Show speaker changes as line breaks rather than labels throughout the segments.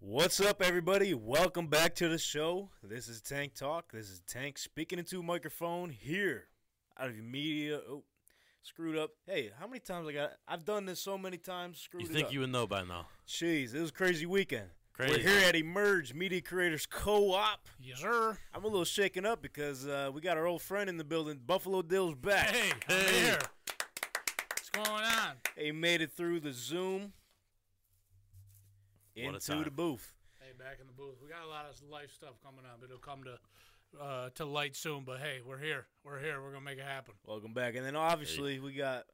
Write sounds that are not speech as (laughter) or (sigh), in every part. What's up, everybody? Welcome back to the show. This is Tank Talk. This is Tank speaking into a microphone here out of your media. Oh, screwed up. Hey, how many times I got? I've done this so many times. Screwed
You
it
think
up.
you would know by now?
Jeez, it was a crazy weekend.
Crazy.
We're here at Emerge Media Creators Co-op.
Yes, sir.
I'm a little shaken up because uh, we got our old friend in the building. Buffalo Dill's back.
Hey, I'm
Hey.
here. What's going on?
He made it through the Zoom
What a
into
time.
the booth.
Hey, back in the booth. We got a lot of life stuff coming up. It'll come to uh, to light soon, but hey, we're here. We're here. We're gonna make it happen,
Welcome back. And then obviously we got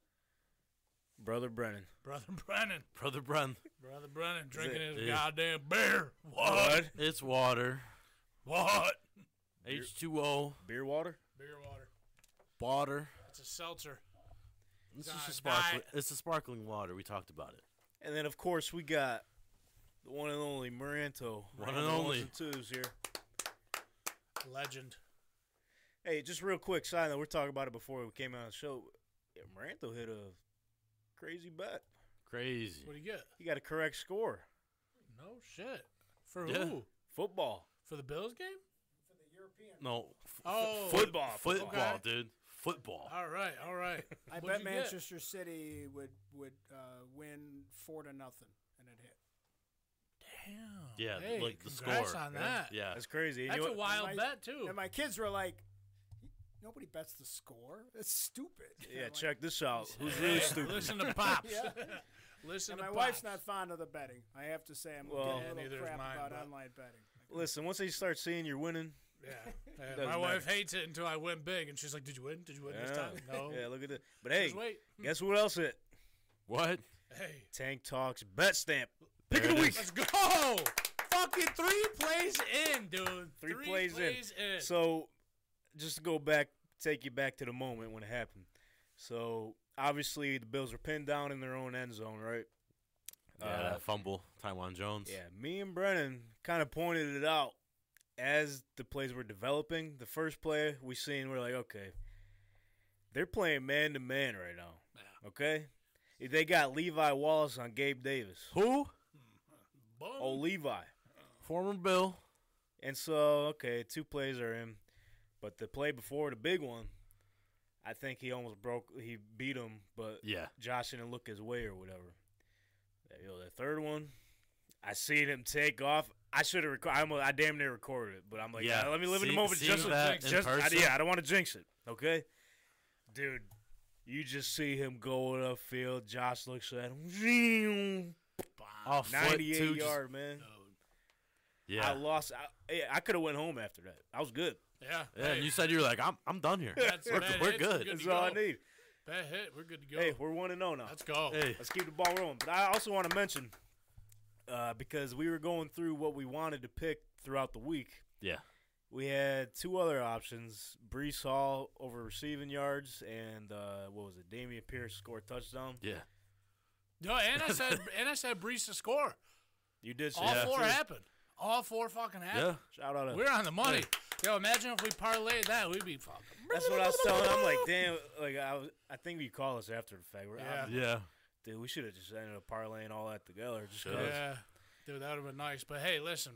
brother Brennan.
brother Brennan.
Brother Brun,
Brother Brennan drinking
it-
his
is-
goddamn beer. What?
Bud.
it's water.
What?
H2O,
Beer water.
Beer water.
water.
It's a seltzer.
It's just a
God,
sparkling.
diet.
It's a sparkling water. We talked about it.
And then, of course, we got the one and only Maranto.
One
Round
and
the ones
only.
and twos here.
Legend.
Hey, just real quick side note. We are talking about it before we came out on the show. Yeah, Maranto hit a crazy bet.
Crazy.
What do you get?
He got a correct score.
No shit. For
Yeah.
who?
Football.
For the Bills game?
No. f-
Oh.
Football.
Football,
Okay. Oh,
dude. Football.
All right. All right.
(laughs) I
What'd
bet
you get?
Manchester City would would uh, win four to nothing, and it hit.
Damn.
Yeah,
Hey,
like the score.
congrats on that.
Yeah.
That's crazy. And
That's
you
a
know what?
wild
My-
bet too.
And my kids were like, "Nobody bets the score. That's stupid." (laughs)
Yeah,
I'm like-
check this out.
(laughs)
Who's really stupid?
Listen to pops.
(laughs) Yeah.
Listen
And
to
my
pops.
wife's not fond of the betting. I have to say, I'm
Well-
getting
Yeah,
a
neither
little
is
crap
mine,
about
but-
online betting.
(laughs)
Like,
Listen, once they start seeing you're winning, (laughs)
Yeah. my
matter.
wife hates it until I win big, and she's like, "Did you win? Did you win this
yeah,
time?" No.
yeah, look at this. But hey,
Just wait.
guess what else hit? Uh,
What?
Hey,
Tank Talks bet stamp. Pick
There
of the
it
week.
let's go! (laughs) Fucking three plays in, dude.
three, plays, in.
So
So, just to go back, take you back to the moment when it happened. So, obviously, the Bills were pinned down in their own end zone, right?
Yeah.
Uh,
that fumble. Taiwan Jones.
Yeah. Me and Brennan kind of pointed it out as the plays were developing. The first play we seen, we're like, okay, they're playing man to man right now. Okay. They got Levi Wallace on Gabe Davis.
Who?
boom.
Oh, Levi.
Former Bill.
And so, okay, two plays are in, but the play before the big one, I think he almost broke. He beat him, but
Yeah.
Josh didn't look his way or whatever. You know, the third one, I seen him take off. I should have recorded. I, almost- I damn near recorded it, but I'm like,
Yeah.
yeah, let me live in the
See-
moment.
seeing
Just,
that in
just I,
person?
yeah, I don't want to jinx it. Okay, dude, you just see him going upfield. Josh looks at (laughs) him.
Off foot,
98
too, just-
yard, man. I
yeah.
lost. I, yeah, I could have went home after that. I was good.
Yeah.
Yeah. and you said you were like, I'm. I'm done here.
That's-
we're
that
we're
hits, we're
good.
good.
That's all I
go.
need.
that hit. We're good to go.
Hey, we're one and zero now.
Let's go.
Hey.
Let's keep the ball rolling. But I also want to mention uh, because we were going through what we wanted to pick throughout the week.
Yeah.
We had two other options: Brees Hall over receiving yards, and uh, what was it? Damian Pierce scored touchdown.
Yeah.
No, and I said, (laughs) and I said, Brees to score.
You did. say
All
that,
four
too.
happened. All four fucking
Yeah.
happened.
Shout out. To,
We're on the money. Yo, imagine if we parlayed that, we'd be fucking.
that's what I was telling. I'm like, damn. Like I was. I think we call us after the fact. We're,
Yeah.
I'm-
Yeah.
Dude, we should have just ended up parlaying all that together. Just 'cause-
Yeah, dude, that would have been nice. But hey, listen,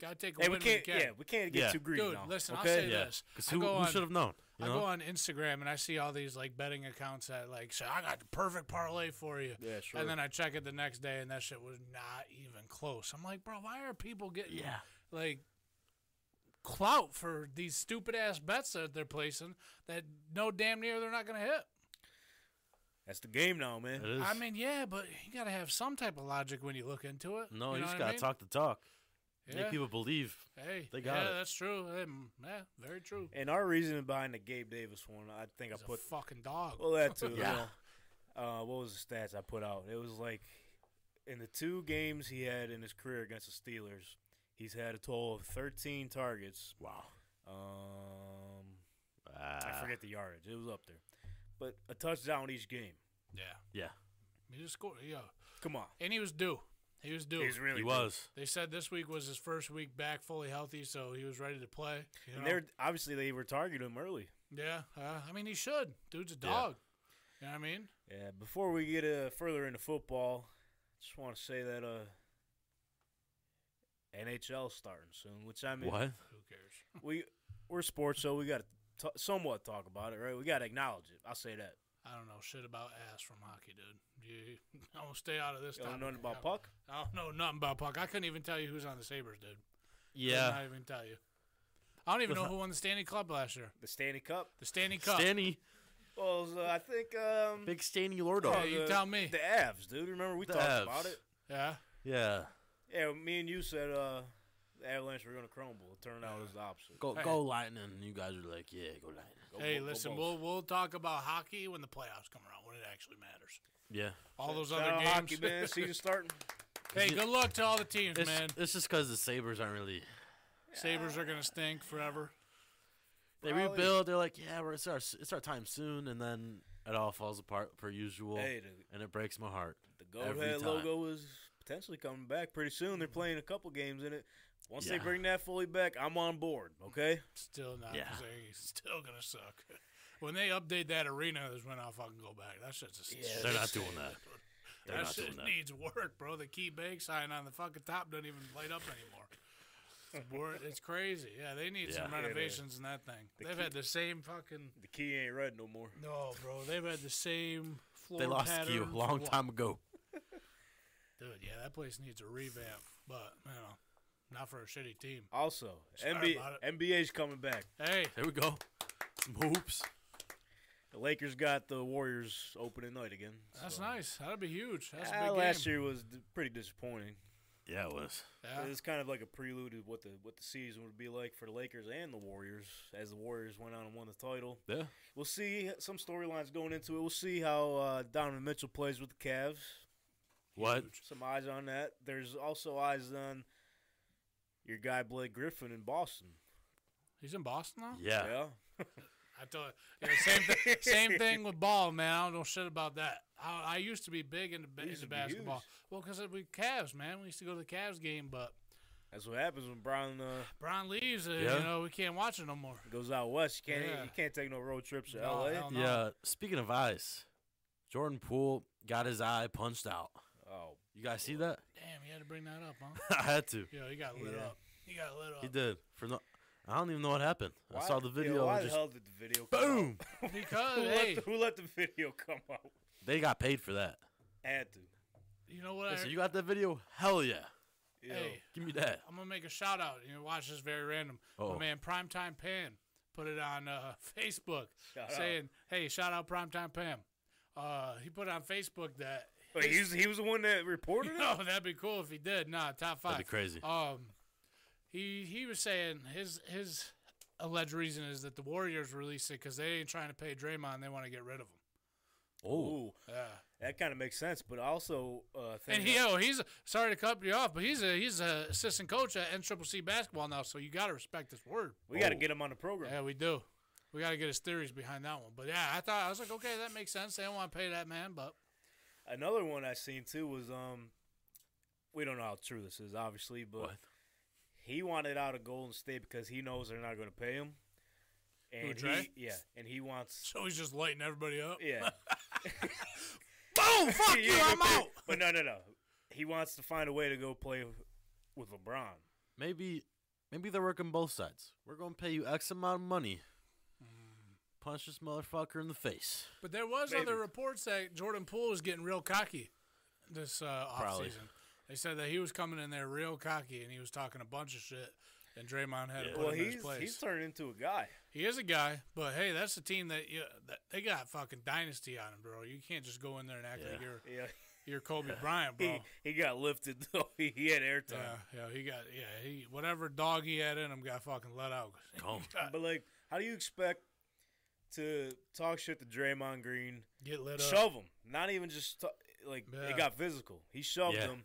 gotta take a
Hey, we
win when you
can't.
can.
Yeah, we can't get
Yeah.
too greedy
Dude,
now.
listen, I'll
okay?
say
Yeah.
this.
Because
I
who,
go
who
on-
should have known? You
I
know?
go on Instagram and I see all these like betting accounts that like say I got the perfect parlay for you.
Yeah, sure.
And then I check it the next day and that shit was not even close. I'm like, bro, why are people getting
Yeah.
like clout for these stupid ass bets that they're placing that no damn near they're not gonna hit?
That's the game now, man.
It is.
I mean, yeah, but you gotta have some type of logic when you look into it.
no,
you,
you,
know
just
what I
gotta
mean?
talk the talk.
Yeah.
Make people believe.
Hey,
They got
yeah,
it.
that's true. Um, yeah, very true.
And our reasoning behind the Gabe Davis one, I think I
He's a
put
fucking dog.
well that
(laughs)
too.
Yeah.
yeah. uh, what was the stats I put out? It was like in the two games he had in his career against the Steelers, he's had a total of 13 targets.
Wow.
Um, I
Uh,
forget the yardage. It was up there, but a touchdown each game.
yeah,
yeah.
he just scored. Yeah,
Come on,
and he was due. He was due.
he's really
He
good.
was.
They said this week was his first week back fully healthy, so he was ready to play. you
And
know?
they're obviously they were targeting him early.
Yeah, uh, I mean, he should. Dude's a dog. You know what I mean?
Yeah, before we get uh, further into football, just want to say that uh, NHL starting soon, which I mean,
What?
Who cares?
we we're sports, so we got to somewhat talk about it, right? We got to acknowledge it. I'll say that.
I don't know shit about ass from hockey, dude. You, (laughs) I'm gonna stay out of this.
You don't know
topic.
nothing about puck.
I don't know nothing about puck. I couldn't even tell you who's on the Sabers, dude.
Yeah.
Could not even tell you. I don't even know who won the Stanley Cup last year.
The Stanley Cup.
The Stanley Cup.
Stanny,
Well, so I think um,
big Stanny
oh,
Lordo.
Yeah, you tell me.
the Avs, dude. Remember we
The
talked
Avs.
about it?
yeah.
Yeah.
Yeah, me and you said uh, the Avalanche were going to crumble. It turned out it was the opposite.
Go
Hey.
go lightning. You guys are like, yeah, go lightning.
Go
hey,
Bo- go
listen,
Bolts.
we'll we'll talk about hockey when the playoffs come around, when it actually matters.
Yeah.
All those
Shout
other
out
games.
Hockey, man.
(laughs)
Season starting.
(laughs)
hey, good luck to all the teams,
It's,
man.
it's just because the Sabres aren't really.
Sabers are gonna stink forever.
They
Probably.
rebuild. They're like, yeah, we're, it's, our, it's our time soon. And then it all falls apart per usual.
Hey, the,
And it breaks my heart.
the Go
Every
Ahead
time.
logo is potentially coming back pretty soon.
Mm-hmm.
They're playing a couple games in it. Once they
Yeah.
bring that fully back, I'm on board. Okay.
Still not.
Yeah.
'cause they still gonna suck. (laughs) When they update that arena, is when I'll fucking go back. That shit's a
Yeah,
They're not doing that. They're
That
not
shit
doing that.
needs work, bro. The key bank sign on the fucking top doesn't even light up anymore. It's wor- It's crazy. Yeah, they need some
Yeah.
Yeah, they-
renovations in that thing.
the
they've
key-
had the same fucking.
The key ain't red no more.
No, bro. They've had the same floor
They lost
pattern.
you
for
a long
what-
time ago.
Dude, yeah, that place needs a revamp, but you know, not for a shitty team.
Also,
Sorry
NBA,
about
NBA's coming back.
Hey,
There we go. Some hoops.
The Lakers got the Warriors opening night again.
that's
so-
nice. That'd be huge. That's
Ah,
a big
last
game.
year was d- pretty disappointing.
Yeah, it was.
Yeah.
It was kind of like a prelude to what the what the season would be like for the Lakers and the Warriors as the Warriors went on and won the title.
Yeah.
We'll see some storylines going into it. We'll see how uh, Donovan Mitchell plays with the Cavs.
What?
Some eyes on that. There's also eyes on your guy Blake Griffin in Boston.
He's in Boston now.
Yeah.
I told you, yeah, same,
(laughs)
thi- same thing with ball, man. I don't know shit about that. I, I used to be big into, ba-
You used
into
to be
basketball.
huge.
Well, because we Cavs, man. We used to go to the Cavs game, but
that's what happens when Brown uh,
Brown leaves, and
Yeah.
you know we can't watch it no more.
goes out west. You can't
Yeah.
you can't take no road trips to
No,
L.A.
hell no.
Yeah. Speaking of eyes, Jordan Poole got his eye punched out.
Oh,
You guys see that?
Damn, you had to bring that up, huh?
(laughs) I had to.
Yo, he got lit
Yeah.
up. He got lit
He
up
did. For no, I don't even know what happened. I
why-
saw the
yeah,
video.
why
and
the
just,
hell did the video? Come out? (laughs)
boom.
(laughs) because
who, let
hey,
the, who let the video come out?
They got paid for that.
Had to.
you know what? I,
Listen, you got that video? Hell yeah.
You know.
hey,
Give me that.
I'm gonna make a shout out. You know, watch this very random. Oh
Oh.
man, Primetime Pam put it on uh, (laughs) Facebook
Shout out.
saying, "Hey, shout out Primetime Pam." Uh, he put it on Facebook that (laughs)
Wait, he was, he was the one that reported it.
No, that'd be cool if he did. Nah, top 5
That'd be crazy.
Um, he he was saying his his alleged reason is that the Warriors released it because they ain't trying to pay Draymond. They want to get rid of him.
Oh.
Ooh,
Yeah.
that kind of makes sense, but also uh, think
And he, oh, he's sorry to cut you off, but he's a he's a assistant coach at NCCC basketball now, so you got to respect his word.
we got to
Oh.
get him on the program.
Yeah, we do. We got to get his theories behind that one. But yeah, I thought I was like, okay, that makes sense. They don't want to pay that man, but
Another one I seen too was um, we don't know how true this is, obviously, but
What?
he wanted out of Golden State because he knows they're not going to pay him. And
Dre?
he, yeah, and he wants
so he's just lighting everybody up.
yeah.
Oh,
(laughs)
Boom! (laughs) Fuck you!
Yeah,
I'm
but-
out.
But no, no, no. He wants to find a way to go play with LeBron.
Maybe maybe they're working both sides. We're gonna pay you X amount of money.
Mm.
Punch this motherfucker in the face.
But there was
Maybe.
other reports that Jordan Poole was getting real cocky this uh,
Probably.
offseason. They said that he was coming in there real cocky and he was talking a bunch of shit. And Draymond had to
Yeah.
put
Well,
him in
he's
his place.
he's turned into a guy.
he is a guy, but hey, that's a team that, you, that they got fucking dynasty on him, bro. You can't just go in there and act
Yeah.
like you're
Yeah, (laughs)
you're Kobe Bryant, bro.
he, he got lifted (laughs) though. He, he had airtime.
Yeah, yeah, he got yeah, he whatever dog he had in him got fucking let out.
(laughs)
Come.
But like, how do you expect to talk shit to Draymond Green?
Get lit up.
Shove him. Not even just t- like
Yeah.
it got physical. He shoved
Yeah.
him,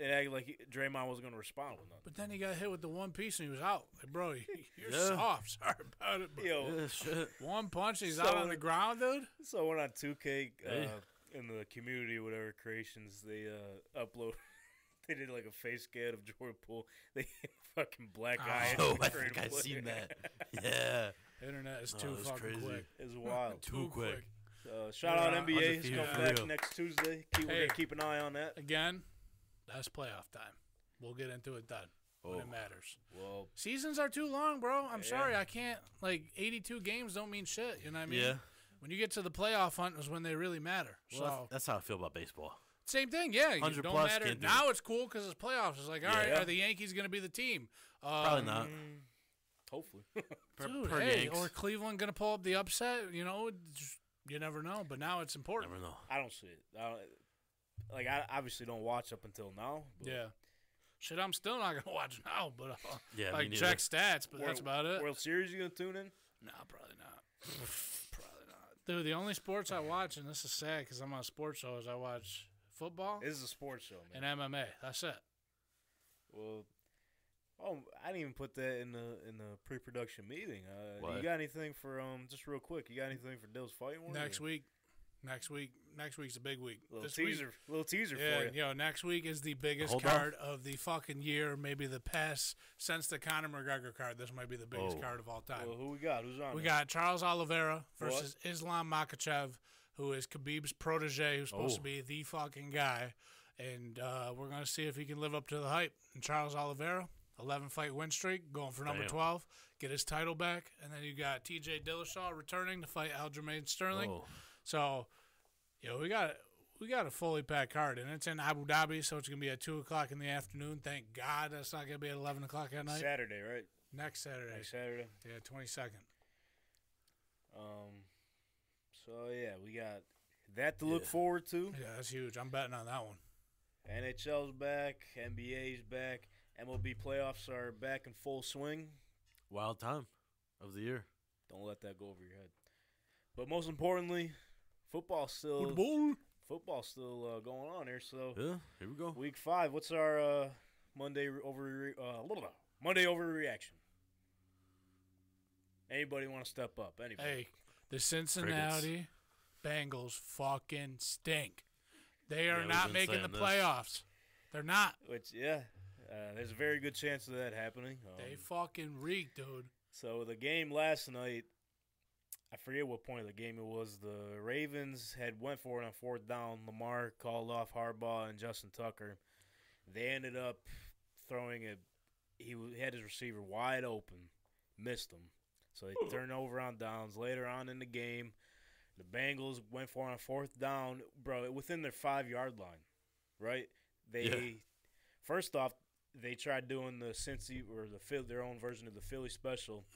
and acted like he, Draymond wasn't going to respond with nothing.
But then he got hit with the one piece and he was out. Like, bro, (laughs) you- you're
Yeah.
soft. Sorry about it, but
Yo,
Yeah, shit.
one punch and he's out
So-
on the ground, dude.
so I went on 2K uh,
Hey.
in the community, whatever creations they uh, upload. (laughs) they did like a face scan of Jordan Poole. (laughs) They hit a fucking black eye.
(laughs) Oh,
and
I
traded
think I've
away.
seen that.
(laughs)
Yeah.
Internet is
No,
too
Oh, that's
fucking
crazy.
quick.
(laughs) It's wild.
(laughs) Too quick.
Uh, shout out
Yeah.
NBA. It's
Undefeated
coming
for
back
real.
next Tuesday. Keep, We're
Hey.
gonna keep an eye on that.
Again, that's playoff time. We'll get into it then
Oh.
when it matters.
Well,
Seasons are too long, bro. I'm
Yeah.
sorry, I can't. Like 82 games don't mean shit. You know what I mean?
yeah.
When you get to the playoff hunt is when they really matter.
Well,
so
that's, that's how I feel about baseball.
same thing, yeah. You
100
don't
plus
matter.
can't do
Now it's cool because it's playoffs. It's like, all right,
Yeah.
are the Yankees going to be the team? Um,
Probably not.
hopefully. (laughs)
Per,
dude,
per
hey,
Yanks.
or Cleveland going to pull up the upset? You know, Just- you never know. But now it's important.
Never know.
I don't see it. I don't, like I obviously don't watch up until now. But
Yeah. Shit, I'm still not gonna (laughs) watch now, but uh,
Yeah, me
like
neither.
check stats, but
World-
that's about it.
World Series, you gonna tune in?
No, probably not. (laughs) probably not. Dude, the only sports I watch, and this is sad because I'm on a sports show, is I watch football
This is a sports show, man.
and MMA. That's it.
Well, oh, I didn't even put that in the in the pre-production meeting. Uh,
What?
You got anything for um? Just real quick, you got anything for Dill's fight one?
Next week, next week, next week's a big week.
Little
This
teaser,
Week,
little teaser
yeah,
for you.
you know, next week is the biggest
Hold on.
card of the fucking year, maybe the past since the Conor McGregor card. This might be the biggest
Oh.
card of all time.
Well, who we got? Who's on?
We
it?
got Charles Oliveira versus Islam Makachev, who is Khabib's protege, who's supposed to
Oh.
be the fucking guy. And uh, we're going to see if he can live up to the hype. And Charles Oliveira, 11 fight win streak, going for number
Damn.
12, get his title back. And then you got TJ Dillashaw returning to fight Aljamain Sterling.
Oh,
So, yo, we got we got a fully packed card, and it's in Abu Dhabi, so it's gonna be at two o'clock in the afternoon. Thank God that's not gonna be at eleven o'clock at night.
Saturday, right?
Next Saturday,
Next Saturday.
yeah, twenty second.
Um. So yeah, we got that to look
Yeah.
forward to.
Yeah, that's huge. I'm betting on that one.
NHL's back, NBA's back, MLB playoffs are back in full swing.
wild time of the year.
Don't let that go over your head. But most importantly, football's still
Football.
football's still uh, going on here. So
Oh.
Yeah, here we go.
week five, what's our uh, Monday re- over uh, blah, blah, blah, Monday overreaction? Anybody want to step up? Anybody?
Hey, the Cincinnati Bengals fucking stink. They
Yeah,
are
we've
not
been
making
saying
the
this.
playoffs. They're not.
Which yeah, uh, there's a very good chance of that happening. Um,
They fucking reek, dude.
So the game last night, I forget what point of the game it was. The Ravens had went for it on fourth down. Lamar called off Harbaugh and Justin Tucker. They ended up throwing it. He w- had his receiver wide open, missed him. So they turned over on downs. Later on in the game, the Bengals went for it on fourth down, bro, within their five yard line, right? They
Yeah.
first off they tried doing the Cincy or the Phil, their own version of the Philly special.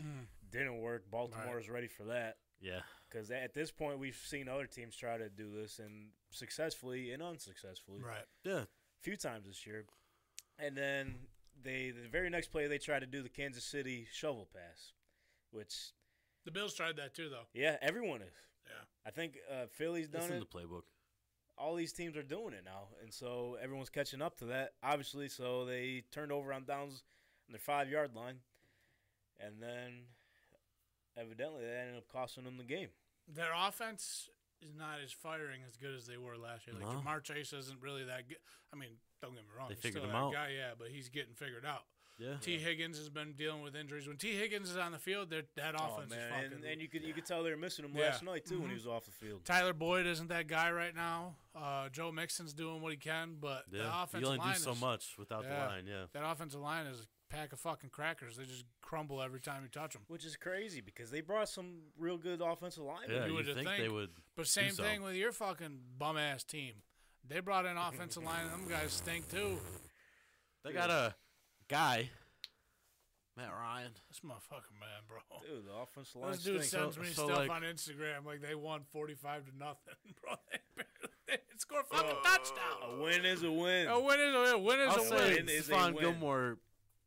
Didn't work. Baltimore is ready for that
Yeah,
because at this point we've seen other teams try to do this and successfully and unsuccessfully
Right.
yeah.
a few times this year. And then they the very next play they tried to do the Kansas City shovel pass, which
The Bills tried that too, though.
yeah everyone is.
Yeah.
I think uh, Philly's
It's
done
in
it.
the playbook.
all these teams are doing it now, and so everyone's catching up to that. Obviously, so they turned over on downs on their five yard line, and then evidently that ended up costing them the game.
Their offense is not as firing as good as they were last year. Like
No.
Jamar Chase isn't really that good. I mean, don't get me wrong.
They
he's
figured
still
him
that
out.
guy, yeah, but he's getting figured out.
Yeah.
T. Higgins has been dealing with injuries. When T. Higgins is on the field, they're- that offense is fucking.
Oh, and, and you could you could tell they were missing him
Yeah. Mm-hmm.
last night too when he was off the field.
Tyler Boyd isn't that guy right now. Uh, Joe Mixon's doing what he can, but
Yeah.
the offensive
you only
line
do so
is,
much without
Yeah.
the line. Yeah.
That offensive line is a pack of fucking crackers. They just crumble every time you touch them.
Which is crazy because they brought some real good offensive linemen.
Yeah.
you
You,
would
think, they
think.
would?
But same
so.
thing with your fucking bum ass team. They brought in offensive line. Them guys stink too.
They got a guy, Matt Ryan.
That's my fucking man, bro.
Dude, the offensive line
This dude
stinks.
sends
So-
me
so,
stuff
like-
on Instagram like they won forty-five to nothing, (laughs) bro. They barely- they scored fucking touchdown.
A win is a win.
A win is a win. Win is
I'll
a win.
say
win is a
Stephon
win.
Gilmore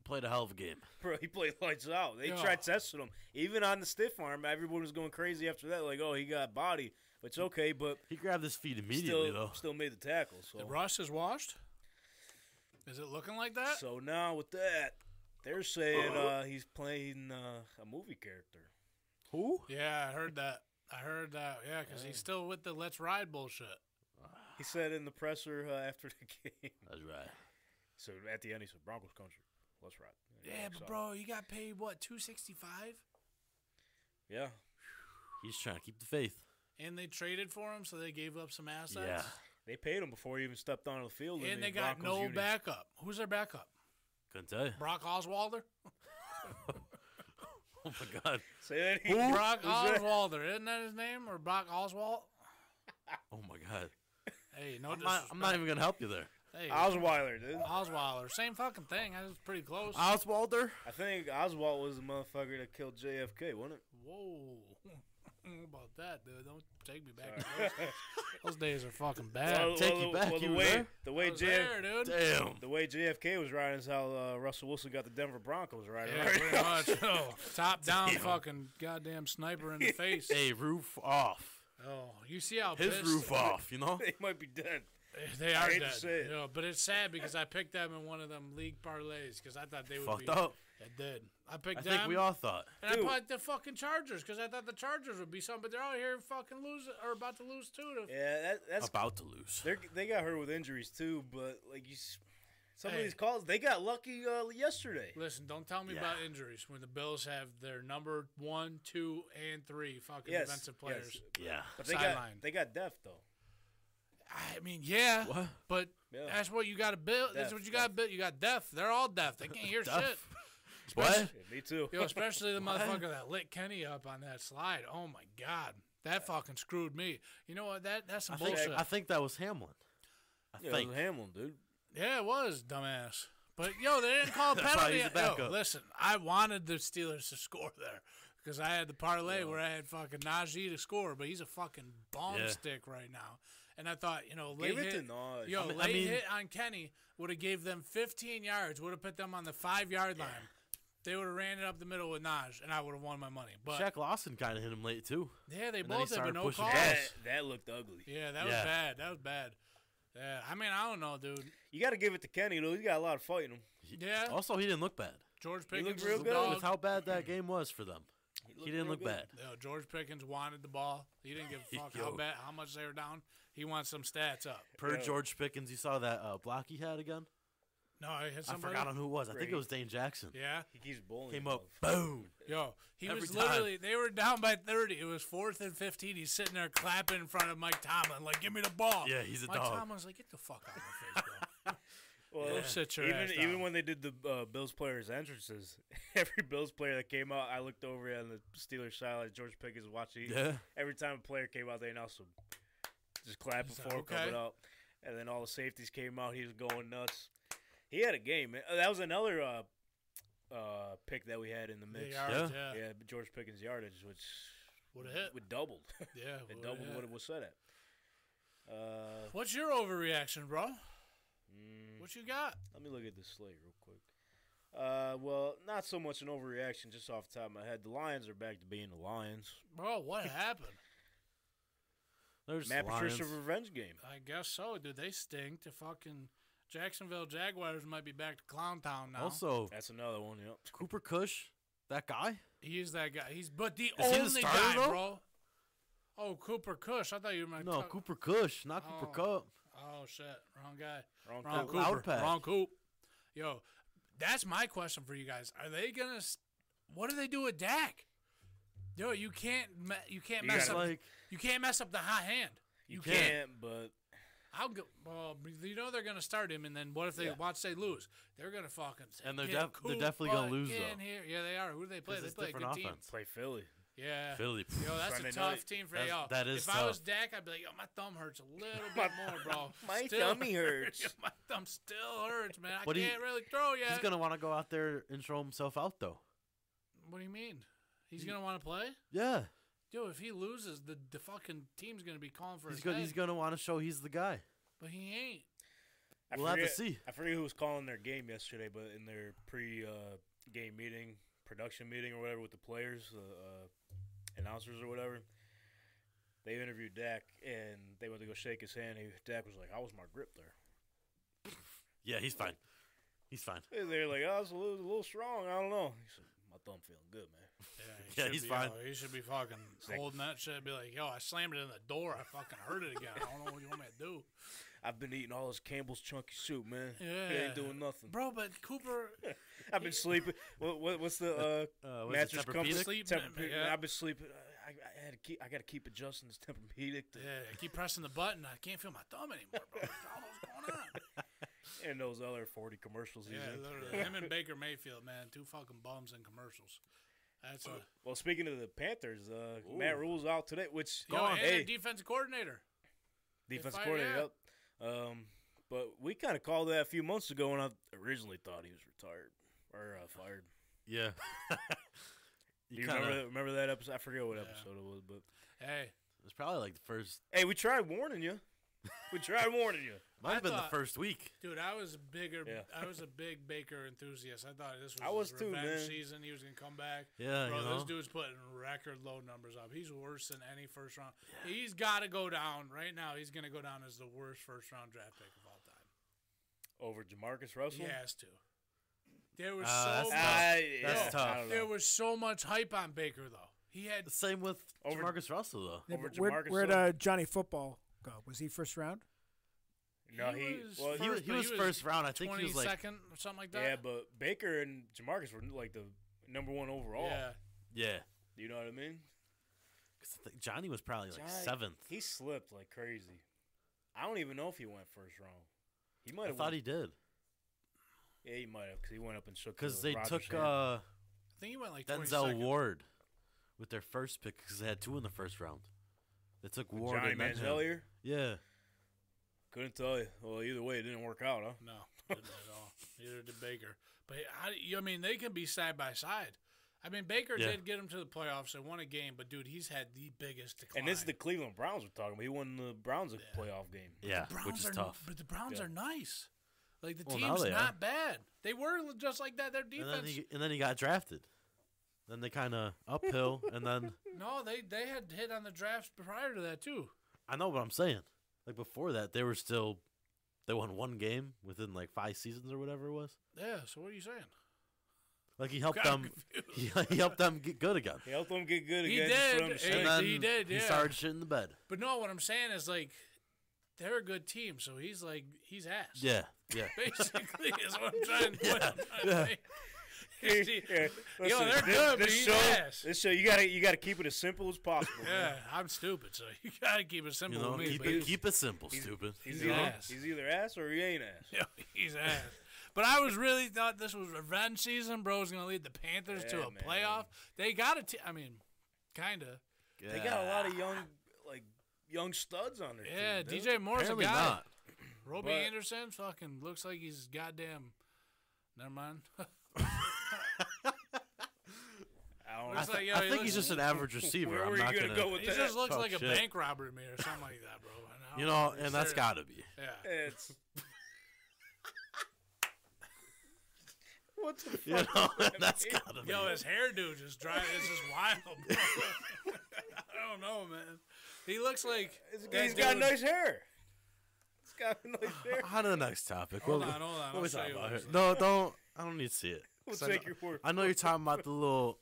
played a hell of a game.
Bro, he played lights out. They
Yeah.
tried testing him. Even on the stiff arm, everyone was going crazy after that. Like, oh, he got body. It's okay, but
He grabbed his feet immediately
still,
though.
still made the tackle. So
The rust is washed. Is it looking like that? Uh-huh.
So now with that, they're saying uh, he's playing uh, a movie character.
Who?
yeah, I heard that. I heard that. Yeah, because he's still with the let's ride bullshit.
He said in the presser uh, (laughs) after the game.
That's right.
So at the end, he said Broncos country. Let's ride. And
Yeah,
so-
but bro, you got paid what two sixty five,
Yeah,
He's trying to keep the faith.
and they traded for him, so they gave up some assets.
Yeah.
they paid him before he even stepped onto the field. in
and
the
they got
Broncos
no
uni-
backup. Who's their backup?
Couldn't tell you. (laughs)
Brock Oswalder?
Oh my god.
(laughs) (laughs) Say that again.
Brock
Who's that?
Oswalder. Isn't that his name? Or Brock Oswald?
Oh my god.
Hey, no
I'm not, I'm not even gonna help you there.
disrespect. Hey,
Osweiler, dude.
Oswalder. Same fucking thing. That was pretty close.
Oswalder.
I think Oswald was the motherfucker that killed JFK,
(laughs)
wasn't
Whoa. How about that, dude? Don't take me back.
it?
to Those, those days are fucking
Well,
bad.
well,
take you
well,
back,
well, the
you were
way
there?
the
I
way
was
JF,
there, dude.
Damn.
the way JFK was riding is how uh, Russell Wilson got the Denver Broncos riding.
Yeah,
right?
(laughs)
pretty much. Oh, top down
Damn.
fucking goddamn sniper
(laughs)
in the face.
Hey, roof off.
Oh, you see how
His
pissed
roof off. You know.
(laughs) they might be dead.
(laughs) they are
hate to
dead.
say it.
You know, but it's sad because I picked them in one of them league parlays because I thought they would
Fucked
be
up.
I did. I picked
I
them.
think we all thought.
and
Dude.
I picked the fucking Chargers because I thought the Chargers would be something, but they're out here fucking losing or about to lose two to
Yeah, that, that's
About to lose.
they they got hurt with injuries too, but like you, s- some
Hey.
of these calls they got lucky uh, yesterday.
Listen, don't tell me
Yeah.
about injuries when the Bills have their number one, two, and three fucking
Yes,
defensive
yes.
players.
Yeah.
But they got
Sideline.
they got depth though.
I mean, yeah,
What?
but
Yeah.
that's what you got to build. that's
Deaf,
what you got to
deaf.
build. You got deaf. They're all deaf. They
(laughs)
can't hear
Duff.
shit.
What?
Yeah, me too. (laughs)
Yo, especially the motherfucker that lit Kenny up on that slide. Oh my god, that fucking screwed me. You know what? That that's some
I think,
bullshit.
I think that was Hamlin. I
Yeah, it was
think.
Hamlin, dude.
Yeah, it was, dumbass. But yo, they didn't call
(laughs)
a
That's why
penalty.
he's the
Yo,
backup.
listen, I wanted the Steelers to (laughs) score there because I had the parlay where I had fucking Najee to score, but he's a fucking bomb
Yeah.
stick right now. And I thought, you know, late
Give it to
hit,
Naj.
yo,
I mean- I
late
mean-
hit on Kenny would have gave them 15 yards, would have put them on the five yard line. They would have ran it up the middle with Naj, and I would have won my money. But
Jack Lawson kind of hit him late too.
yeah, they
and then he
both had but
started
no
pushing
calls.
that,
Yes.
that looked ugly.
Yeah, that
Yeah.
was bad. That was bad. Yeah, I mean, I don't know, dude.
You got to give it to Kenny though. He got a lot of fight in him.
He-
Yeah.
Also, he didn't look bad.
George
He looked
Pickens
real
is the
good.
dog.
With how bad that game was for them, he,
looked
didn't
real
look
good.
bad.
No, George Pickens wanted the ball. He didn't give
(laughs)
a fuck how
Yo.
bad, how much they were down. He wants some stats up.
Per
Yeah.
George Pickens, you saw that uh, block he had again.
No, I hit somebody.
I forgot on who it was. I think
Brady.
it was Dane Jackson.
Yeah,
He keeps bowling.
Came up, boom.
yo, he
Every
was
time.
literally. They were down by thirty. It was fourth and fifteen. He's sitting there clapping in front of Mike Tomlin, like, "Give me the ball."
Yeah, he's a
Mike
dog.
Tomlin's like, "Get the fuck out of my (laughs) face, bro."
Well,
Go sit your
even
ass down.
even when they did the uh, Bills players' entrances, (laughs) every Bills player that came out, I looked over on the Steelers side, like George Pickens was watching.
Yeah.
Every time a player came out, they announced him, just clapping
He's
for
like,
him coming
"Okay."
up, and then all the safeties came out. He was going nuts. He had a game. man. Uh, That was another uh, uh, pick that we had in the
The
mix.
yards,
Yeah.
yeah,
Yeah, George Pickens' yardage, which
would have hit.
would
(laughs)
doubled.
Yeah,
it
would've
doubled
hit.
what it was set at. Uh,
What's your overreaction, bro?
mm,
What you got?
Let me look at this slate real quick. Uh, well, not so much an overreaction, just off the top of my head. The Lions are back to being the Lions.
Bro, what happened?
There's
Matt
Lions.
Patricia revenge game.
I guess so, dude. They stink. The fucking Jacksonville Jaguars might be back to Clown Town now.
Also,
That's another one. Yep.
Cooper Cush, that guy.
He's that guy. He's but the
Is he the
only
starter,
guy,
though?
bro. Oh, Cooper Cush. I thought you were my
No, Cooper Cush, not Cooper
Oh.
Cup.
Oh shit, wrong guy.
Wrong
Wrong
Coop.
call.
Cooper.
Loud pack.
Wrong Coop. Yo, that's my question for you guys. Are they gonna? s- What do they do with Dak? Yo, you can't. Me- you can't
You
mess
gotta-
It's like
up. you can't mess up the hot hand.
You,
You
can't,
can't.
but
I'll go. Well, you know they're gonna start him, and then what if they
Yeah.
watch they lose? They're gonna fucking. say,
And they're
"Get
def- they're
Coop
definitely gonna lose,
back in
though.
Here. Yeah, they are. Who do they play?
'Cause
They
it's
play a good
different
team.
offense.
play Philly.
Yeah.
Philly.
Yo, that's
Sunday
a tough
night.
team for
That's-
y'all.
that is
If I was
tough.
Dak, I'd be like, yo, my thumb hurts a little
(laughs)
bit more, bro.
my
Still- (laughs)
tummy hurts.
Yo, my thumb still hurts, man. I
But he-
can't really throw yet.
he's gonna want to go out there and show himself out though.
what do you mean? He's
He-
gonna want to play,
Yeah,
dude. If he loses, the, the fucking team's gonna be calling for
he's
his
gonna
head.
he's gonna want to show he's the guy.
but he ain't.
I
We'll have to
forget-
see.
I forget who was calling their game yesterday, but in their pre-game meeting, production meeting, or whatever with the players, the uh, announcers, or whatever, they interviewed Dak and they went to go shake his hand. He, Dak was like, "How was my grip there?"
Yeah, he's fine. He's fine.
And They're like, oh, it's a little, a little strong. I don't know. He said, my thumb feeling good, man.
Yeah,
Yeah,
should
he's
be,
fine.
yo, he should be fucking
(laughs)
like-
holding that shit. and Be like, yo, I slammed it in the door. I fucking heard it again. I don't know what you want me to do.
I've been eating all this Campbell's chunky soup, man. It
Yeah.
ain't doing nothing.
Bro,
(laughs)
but Cooper,
(laughs) I've been sleeping. What, what, what's the
Uh,
uh,
what is it,
mattress
Tempur-Pedic?
comfort?
Sleep,
Tempur-Pedic.
yeah.
I've been sleeping. I, I, I had to keep. I got to keep adjusting this Tempur-Pedic.
yeah, I keep pressing the button. I can't feel my thumb anymore, bro. What the hell is going on?
and those other forty commercials. He's
Yeah,
in.
literally. Him and Baker Mayfield, man, two fucking bums in commercials. That's a
(laughs) Well, speaking of the Panthers, uh,
Ooh.
Matt Rule's out today, which
Yo, and
hey,
their defensive coordinator.
defensive
fired
coordinator.
out.
Yep. Um, but we kind of called that a few months ago, and I originally thought he was retired or uh, fired.
(laughs) Yeah.
Do you
kinda-
remember that, remember that episode? I forget what
Yeah.
episode it was, but
Hey,
It's probably like the first.
hey, we tried warning you. We tried warning you.
Might have been
thought-
the first week.
dude, I was a bigger,
Yeah.
I was a big Baker enthusiast. I thought this was,
I was
his
too,
revenge
man.
season. He was gonna come back.
Yeah,
Bro,
Uh, you
this
know.
dude's putting record low numbers up. He's worse than any first round. He's got to go down right now. He's gonna go down as the worst first round draft pick of all time.
Over Jamarcus Russell.
He has to. There was
Uh, that's
so much,
tough.
I-
That's
yeah,
tough.
I don't know.
there was so much hype on Baker though. He had
Same with
Over-
Marcus Russell though.
Yeah,
Over
but where,
Jamarcus
where'd
Russell.
uh, Johnny Football go? Was he first round?
No,
he
he,
was
well,
He,
he,
was,
First,
he
but
was
he was
first round. I think he
twenty
was like
second or something like that.
yeah, but Baker and Jamarcus were like the number one overall.
yeah.
yeah.
You know what I mean?
'Cause I think Johnny was probably like
Johnny-
seventh.
He slipped like crazy. I don't even know if he went first round. He might
I
have.
thought
went-
he did
Yeah, he might have because he went up and shook.
because
the
they
Rodgers
took
hand.
uh,
I think he went like
Denzel
22nd.
Ward with their first pick because they had two in the first round. They took Ward
Johnny
and then him.
Manziel.
Yeah,
Couldn't tell you. Well, either way, it didn't work out, huh?
No, didn't at all. Neither did Baker. But how, do you- I mean, they can be side by side. I mean, Baker
Yeah.
did get him to the playoffs and won a game, but dude, he's had the biggest decline.
And this is the Cleveland Browns we're talking about. He won the Browns a playoff game.
yeah,
Browns
which is
are,
tough.
But the Browns
Yeah.
are nice. Like the
Well, now
team's
they are.
not bad. They were just like that. Their
And then
defense.
he and then he got drafted. Then they kind of uphill,
(laughs)
and then
no, they they had hit on the drafts prior to that too.
I know what I'm saying. Like before that, they were still they won one game within like five seasons or whatever it was.
Yeah. So what are you saying?
Like he helped
Got
them. (laughs) He,
confused. (laughs)
he helped them get good again.
He helped them get good
He
again. just for
did,
them to
and
stink.
And
Hey,
then
he did,
He
yeah.
started shitting the bed.
But no, what I'm saying is like they're a good team. So he's like he's ass.
Yeah, yeah.
(laughs) Basically, is what I'm trying to point
Yeah,
out.
yeah. (laughs)
(laughs) Yeah,
Yeah.
listen,
they're
this,
good, but
this
he's
show,
ass.
this show, you gotta, you gotta keep it as simple as possible. man.
I'm stupid, so you gotta keep it simple
You know,
with me.
keep
but
it,
he's, (laughs)
keep it simple, stupid.
He's,
He's
either,
ass.
he's either ass or he ain't ass.
yeah, he's ass. But I was really thought this was revenge season. Bro was gonna lead the Panthers to
Yeah,
a
man.
playoff. They got a t- I mean, kinda.
They got a lot of young, like young studs on their
Yeah,
team. dude.
DJ Moore's a
Apparently
guy.
not.
Roby
But-
Anderson fucking looks like he's goddamn. Never mind.
I don't
I,
know.
Looks like,
th-
yo,
I
he
think he's
looks-
just an average receiver.
Where
I'm
were you
not
gonna
gonna,
go with
he
that? Oh,
just looks
Talk
like a
Oh, shit.
bank robbery me or something like that, bro. And I
you
don't
know, and that's
understand.
got to be.
Yeah. (laughs)
It's what the fuck? (laughs)
You know, that's got to be.
Yo, his hairdo just dry. It's just wild, bro. (laughs) I don't know, man. He looks like that
He's got
dude-
nice hair. He's got
(laughs)
nice hair.
On to the next topic.
Hold
What-
on, hold on.
what
I'll
we
show
talking
you
about
what
here? No, don't. I don't need to see it.
(laughs) We'll
'Cause I
take
know-
your word.
I know you're talking about the little.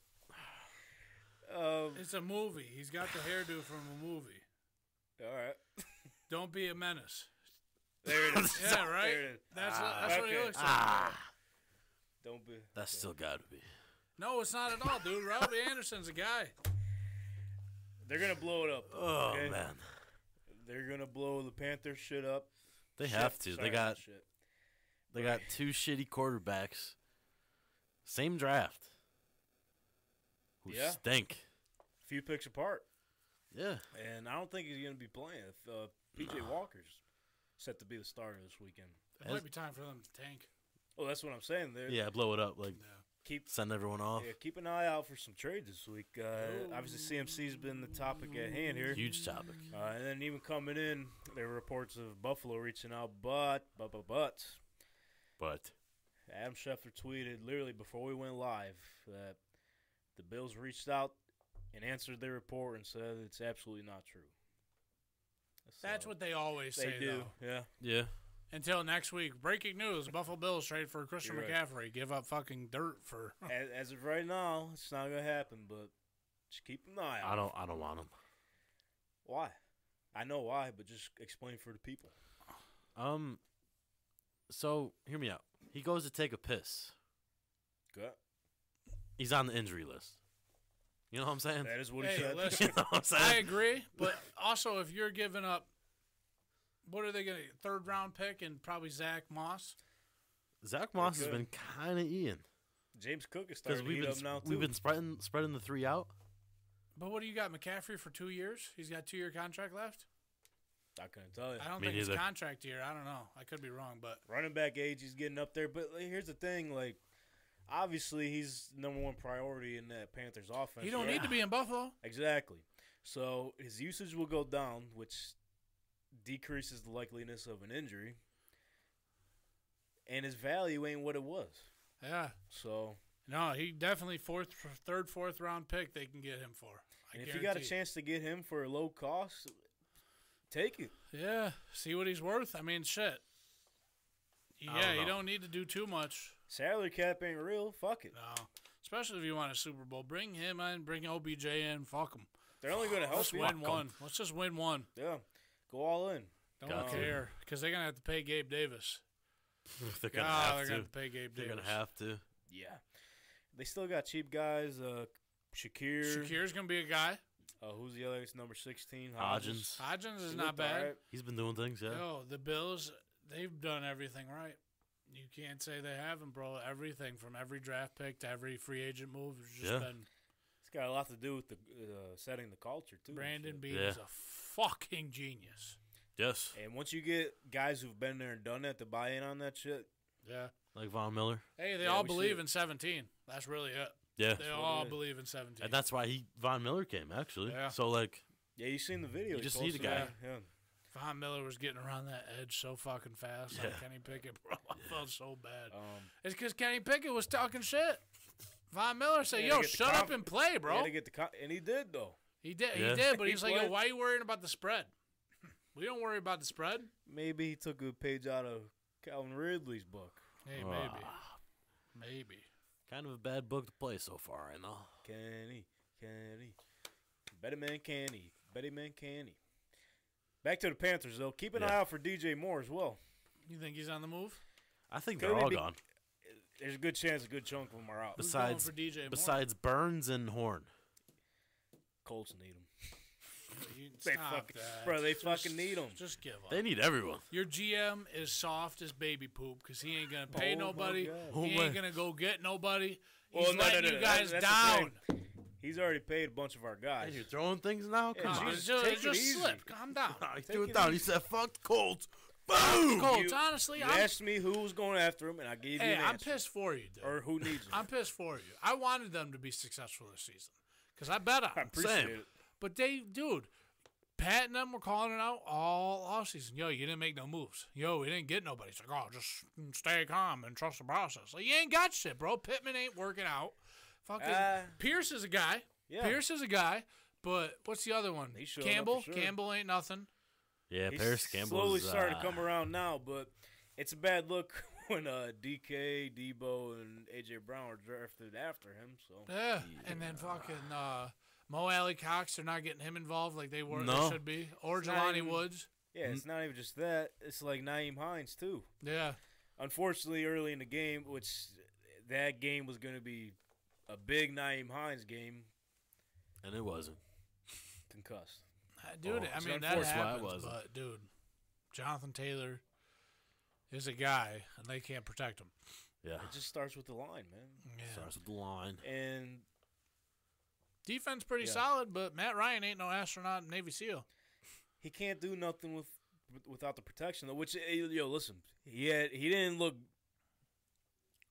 Um,
It's a movie. He's got the hairdo from a movie.
all right.
Don't be a
(laughs)
menace.
There it is.
(laughs) Yeah, right.
There it is.
That's what, that's what he
okay.
looks like.
Ah,
Don't be.
that's still got to be.
No, it's not at all,
(laughs)
dude. Robbie Anderson's a guy.
They're gonna blow it up.
Oh
okay?
man,
They're gonna blow the Panthers shit up.
they
Shit.
have to.
Sorry,
they got
not shit.
they got two shitty quarterbacks. Same draft. Who
Yeah.
stink.
few picks apart,
Yeah.
and I don't think he's gonna be playing. If uh, PJ Walker's set to be the starter this weekend.
It might be time for them to tank.
Oh, that's what I'm saying. There,
Yeah. Blow it up. Like
keep
send everyone off.
yeah, keep an eye out for some trades this week. Uh, obviously, CMC's been the topic at hand here.
Huge topic.
Uh, and then even coming in, there were reports of Buffalo reaching out, but but but but
But
Adam Schefter tweeted literally before we went live that the Bills reached out and answered their report and said it's absolutely not true.
That's
So,
what they always
they
say,
do.
though.
Yeah,
yeah.
Until next week. Breaking news. Buffalo Bills trade for Christian
You're right.
McCaffrey. Give up fucking dirt for...
as, as of right now, it's not gonna happen. But just keep an eye.
I
out.
don't. I don't want him.
Why? I know why, but just explain for the people.
Um. So hear me out. He goes to take a piss.
Okay.
He's on the injury list. You know what I'm saying?
That is what he
Hey,
said. (laughs)
you
listen.
know what I'm
I
saying?
agree, but also if you're giving up what are they going to third round pick and probably Zach Moss?
Zach Moss has
could.
been kind of eating
James Cook is
because
starting to
we've
heat
been
up
sp-
now too.
we've been spreading spreading the three (laughs) out.
But what do you got McCaffrey for 2 years? He's got 2 year contract left?
I couldn't tell you.
I don't
Me
think
neither.
it's contract year. I don't know. I could be wrong, but
Running back age, he's getting up there. But like, here's the thing: like, obviously, he's number one priority in that Panthers offense.
he don't
right?
need to be in Buffalo.
Exactly. So his usage will go down, which decreases the likeliness of an injury. And his value ain't what it was.
Yeah.
So,
No, he definitely fourth, third, fourth round pick they can get him for. I
and if you got a
guarantee.
chance to get him for a low cost, take it.
Yeah, see what he's worth. I mean, shit.
don't
Yeah, you
know.
don't need to do too much.
Salary cap ain't real. Fuck it.
No, especially if you want a Super Bowl. Bring him in. Bring OBJ in. Fuck him.
They're only going to help
Let's
you.
win
'em.
one. Let's just win one.
Yeah. Go all in.
Don't
Got to.
care because they're gonna have to pay Gabe Davis.
they're gonna
Ah,
God,
have
they're
to.
gonna have to pay Gabe
they're
Davis.
gonna have to.
Yeah. They still got cheap guys. Uh, Shakir.
Shakir's gonna be a guy.
Uh, who's the other? It's number 16.
Hodgins.
Hodgins
He
is
looked
not bad.
alright.
He's been doing things, yeah.
No, the Bills, they've done everything right. You can't say they haven't, bro. Everything from every draft pick to every free agent move has just
Yeah.
been
It's got a lot to do with the uh, setting the culture, too. and
Brandon
shit.
Bean
Yeah.
is a fucking genius.
Yes,
And once you get guys who've been there and done that to buy in on that shit,
Yeah.
like Von Miller.
Hey, they
Yeah,
all
we see
believe
it.
in 17. That's really it.
Yeah,
They
what it
all
is.
believe in 17.
and that's why he Von Miller came actually.
Yeah.
So like,
yeah, you seen the video.
You
he
just see the
posted
guy.
it. Yeah.
Von Miller was getting around that edge so fucking fast. Yeah.
Yeah.
Kenny Pickett, bro, (laughs) I felt so bad.
Um,
It's because Kenny Pickett was talking shit. Von Miller said,
Yeah, to
"Yo,
get the
shut up
conf-
and play,
he
bro."
had to get the con- and he did though.
He did.
Yeah.
He did. But
(laughs) He
he's like, "Yo,
played.
why you worrying about the spread? (laughs) We don't worry about the spread."
Maybe he took a page out of Calvin Ridley's book.
Hey, maybe,
ah,
maybe.
kind of a bad book to play so far, I know.
Can he? Can he? Betty man can he? Betty man can he? Back to the Panthers though. Keep an
Yeah.
eye out for DJ Moore as well.
You think he's on the move?
I think
Could
they're
we
all
be-
gone.
There's a good chance a good chunk of them are out.
Bes-
Who's going
Besides-
for DJ Moore?
Besides Burns and Horn,
Colts need them.
You-
They
stop
fucking-
that.
bro, they
Just-
fucking need 'em.
Just give up.
they need everyone.
Your GM is soft as baby poop because he ain't gonna pay
Oh my
nobody.
God.
Oh
he
my-
ain't gonna go get nobody.
Well,
He's
no, no,
letting
no, no,
you guys
that's the
down.
thing. He's already paid a bunch of our guys.
And you're throwing things now.
Yeah,
Come
Nah,
on,
Jesus,
just,
take it
just
easy.
slip. Calm down.
Nah, he
Take
threw
it
it down. He
easy.
said, "Fuck the Colts." Boom.
Colts,
(laughs)
honestly,
You
I'm,
asked me who was going after him, and I gave you
hey,
an
I'm
answer.
pissed for you, dude.
Or who needs him?
I'm pissed for you. I wanted them to be successful this season because I bet on
(laughs) I
'em.
appreciate
Same.
it.
But they, dude, Pat and them were calling it out all offseason. Yo, you didn't make no moves. Yo, we didn't get nobody. It's like, oh, just stay calm and trust the process. Like, you ain't got shit, bro. Pittman ain't working out. Fucking
Uh,
Pierce is a guy.
yeah.
Pierce is a guy. But what's the other one?
He's showing up
Campbell.
for sure.
Campbell ain't nothing.
Yeah,
He's
Paris Campbell
slowly
is,
starting
uh,
to come around now, but it's a bad look (laughs) when uh, DK, Debo, and AJ Brown are drafted after him. So
Yeah. And then fucking uh, Mo Alley Cox. They're not getting him involved like they were.
No.
They should be. Or
It's not
Jelani
even-
Woods.
yeah, it's not even just that. It's like Naeem Hines too.
Yeah.
Unfortunately, early in the game, which that game was going to be a big Naeem Hines game,
and it wasn't.
concussed.
Uh, Dude,
Oh,
I
it's
mean that
unfortunate I
happens,
wasn't.
but dude, Jonathan Taylor is a guy, and they can't protect him.
Yeah,
It just starts with the line, man.
Yeah.
starts with the line.
And
Defense pretty
Yeah.
solid, but Matt Ryan ain't no astronaut and Navy SEAL.
he can't do nothing with without the protection though. Which eh, yo, listen, he had, he didn't look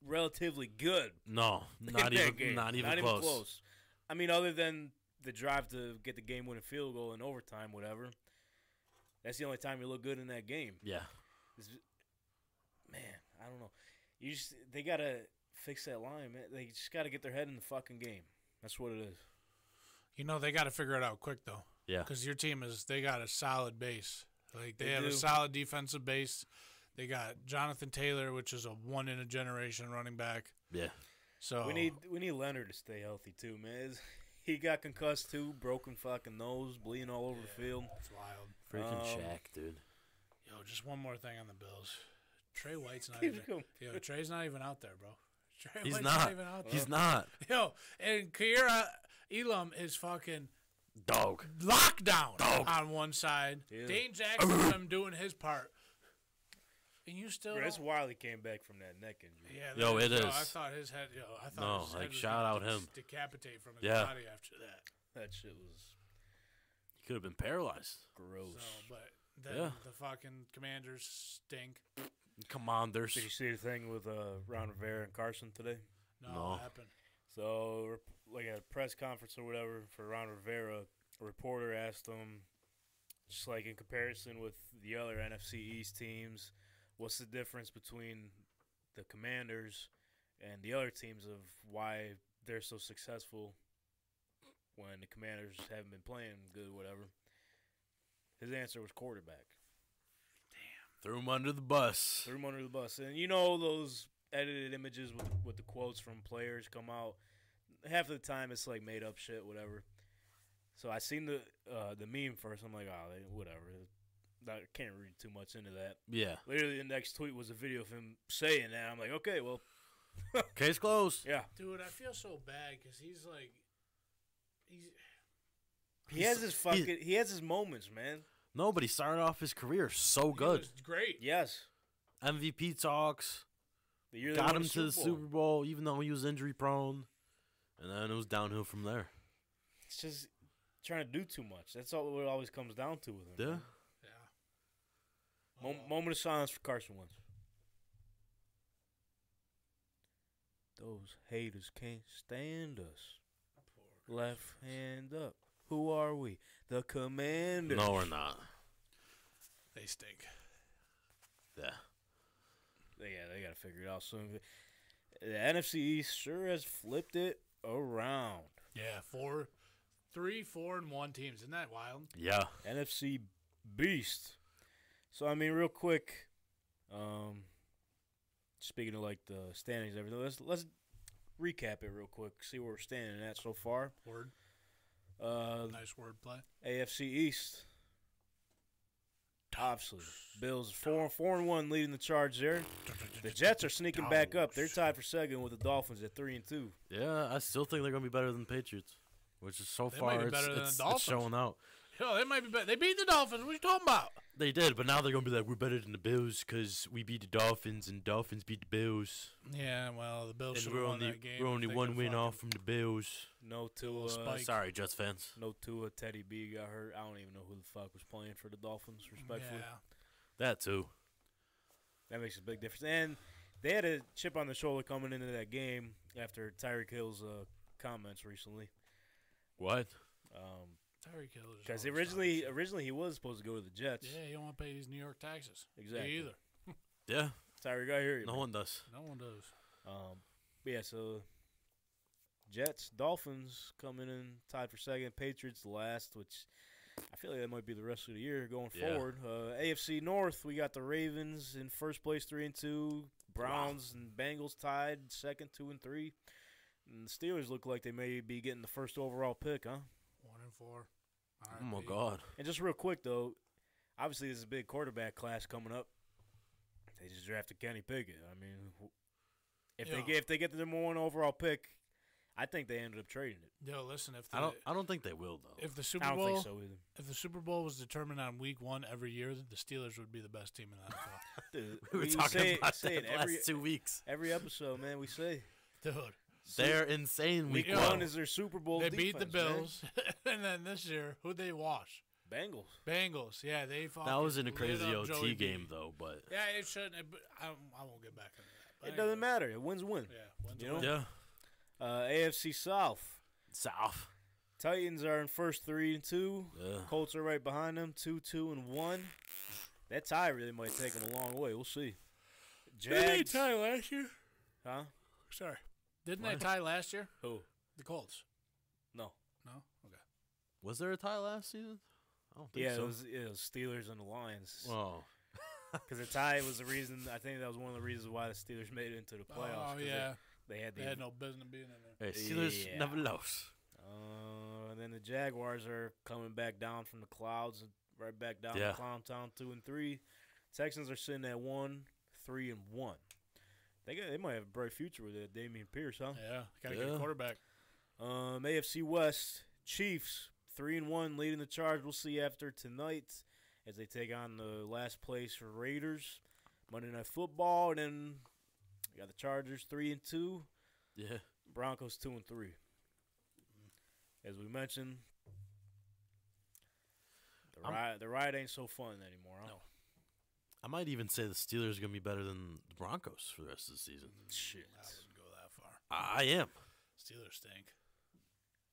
relatively good.
No,
(laughs)
not
in that
even,
game.
not even, close.
I mean, other than the drive to get the game winning field goal in overtime, whatever. That's the only time he looked good in that game.
Yeah,
It's- man, I don't know. You just they gotta fix that line, man. They just gotta get their head in the fucking game. That's what it is.
You know they got to figure it out quick though,
yeah.
because your team is they got a solid base. Like they,
They
have a
do.
solid defensive base. They got Jonathan Taylor, which is a one in a generation running back.
Yeah.
So
Oh.
We need we need Leonard to stay healthy too, man. It's- he got concussed too, broken fucking nose, bleeding all over the field.
It's wild.
Freaking
Um,
Shaq, dude.
Yo, just one more thing on the Bills. Trey White's
(laughs)
not
Keep
even.
going.
Yo, Trey's not even out there, bro. (laughs) Trey
He's
White's
not.
even out there.
He's not.
Yo, and Kiera Elam is fucking
Dog.
lockdown
Dog.
on one side.
Yeah.
Dane Jackson
(laughs)
him doing his part, and you still.
Bro, that's
don't-
why he came back from that neck injury.
yeah,
Yo,
that-
it
I
is.
thought his head. Yo, I thought
No,
his head
like,
was
shout
gonna
out him.
de- Decapitate from his
Yeah.
body after that.
That shit was
He could have been paralyzed.
gross.
So, but then
Yeah.
the fucking commanders stink.
Commanders.
Did you see the thing with uh, Ron Rivera and Carson today?
No,
No.
it happened.
So, rep- like at a press conference or whatever for Ron Rivera, a reporter asked him, just like in comparison with the other NFC East teams, what's the difference between the Commanders and the other teams of why they're so successful when the Commanders haven't been playing good, whatever. His answer was quarterback.
Threw him under the bus.
Threw him under the bus. And you know those edited images with, with the quotes from players come out. Half of the time it's like made up shit, whatever. So I seen the uh, the meme first. I'm like, oh, they- whatever. I can't read too much into that.
Yeah.
Literally, the next tweet was a video of him saying that. I'm like, okay, well,
Case closed.
yeah.
Dude, I feel so bad because he's like, he's
He has his fucking. He has his moments, man.
No, but he started off his career so
he
good.
was great.
Yes.
MVP talks.
The year they
got
won
him to the
Bowl.
Super Bowl, even though he was injury prone. And then it was downhill from there.
It's just trying to do too much. That's all what it always comes down to with him.
Yeah.
man.
Yeah.
Mom- moment of silence for Carson Wentz. Those haters can't stand us. Left hand up. Who are we? The commander.
No, we're not.
They stink.
Yeah.
Yeah, they got to figure it out soon. The NFC East sure has flipped it around.
Yeah, four, three, four, and one teams. Isn't that wild?
Yeah.
NFC beast. So I mean, real quick, um, speaking of like the standings, and everything. Let's let's recap it real quick. See where we're standing at so far.
Word.
Uh,
Nice word play.
(laughs)
AFC East. Obviously, Bills four and four and one leading the charge there. The Jets are sneaking back up. They're tied for second with the Dolphins at three and two.
Yeah, I still think they're going to be better than the Patriots, which is so
They might be
far it's,
better than the
it's, it's
Dolphins.
showing out.
Yo, Oh, they might be better. They beat the Dolphins. What you talking about?
They did, but now they're going to be like, we're better than the Bills because we beat the Dolphins and Dolphins beat the Bills.
Yeah, well, the Bills
and
should
we're
have won
only,
that game.
we're
if
only
they
one
could
win
fucking-
off from the Bills.
No Tua,
Little spike. Like-
Sorry, Jets fans.
no Tua. Teddy B got hurt. I don't even know who the fuck was playing for the Dolphins. Respectfully,
Yeah.
That too.
that makes a big difference. And they had a chip on the shoulder coming into that game after Tyreek Hill's uh, comments recently.
What?
Tyreek Hill is
Because
always
originally,
talking
originally he was supposed to go to the Jets.
shit. yeah, you don't want to pay these New York taxes. Me
Exactly.
either.
Yeah,
Tyreek, I hear you.
no
man.
one does.
No one does.
Um, but yeah, so Jets, Dolphins coming in tied for second. Patriots last, which I feel like that might be the rest of the year going
Yeah.
forward. Uh, AFC North, we got the Ravens in first place, three and two. Browns and Bengals tied second, two and three. And the Steelers look like they may be getting the first overall pick, huh?
One and four.
Oh my
RIP.
god.
And just real quick though, obviously there's a big quarterback class coming up. They just drafted Kenny Pickett. I mean, wh- if they
Yeah.
get if they get the number one overall pick, I think they ended up trading it.
Yo, listen, if the
I don't. I don't think they will though.
if the Super
I don't
Bowl
think so either.
if the Super Bowl was determined on week one every year, the Steelers would be the best team in the NFL.
Dude,
(laughs) we were
you
talking
say it-
about
say
that
it
the
every,
last two weeks.
every episode, man. We say (laughs)
Dude,
They're insane.
week
Week
Yeah.
one
one
is their Super Bowl.
they beat the
defense, man.
Bills, (laughs) and then this year, who they wash?
Bengals.
Bengals. Yeah, they.
That
fucking
was in a
lit
crazy
up
OT
Joey B.
game though, but
Yeah, it shouldn't. It, but I, I won't get back into that. But
It doesn't
anyway,
matter. It wins win.
Yeah, wins
You
a
know?
win.
yeah,
Uh, AFC South.
South.
Titans are in first three and two.
Yeah.
Colts are right behind them, two, two, and one. That tie really might take them a long way. We'll see. Jags,
last year?
huh?
Sorry, didn't
What?
they tie last year?
Who?
The Colts.
No.
No. Okay.
Was there a tie last season? I don't think
Yeah,
so. Oh,
it was, it was Steelers and the Lions.
Well,
Because the tie was the reason. I think that was one of the reasons why the Steelers made it into the playoffs.
oh
'cause
yeah,
They, they had the.
they had no business being in there.
hey, Steelers
Yeah.
never lose.
uh, and then the Jaguars are coming back down from the clouds, and right back down
Yeah.
to Clowntown two and three. Texans are sitting at one, three and one. They got, they might have a bright future with that Damian Pierce, huh?
Yeah, gotta get
Yeah.
a quarterback.
Um, AFC West Chiefs three and one leading the charge. We'll see after tonight as they take on the last place Raiders Monday Night Football, and then we got the Chargers three and two,
Yeah.
Broncos two and three. As we mentioned, the
I'm-
ride the ride ain't so fun anymore. Huh?
No. I might even say the Steelers are going to be better than the Broncos for the rest of the season.
Shit.
I wouldn't go that far.
I I am.
Steelers stink.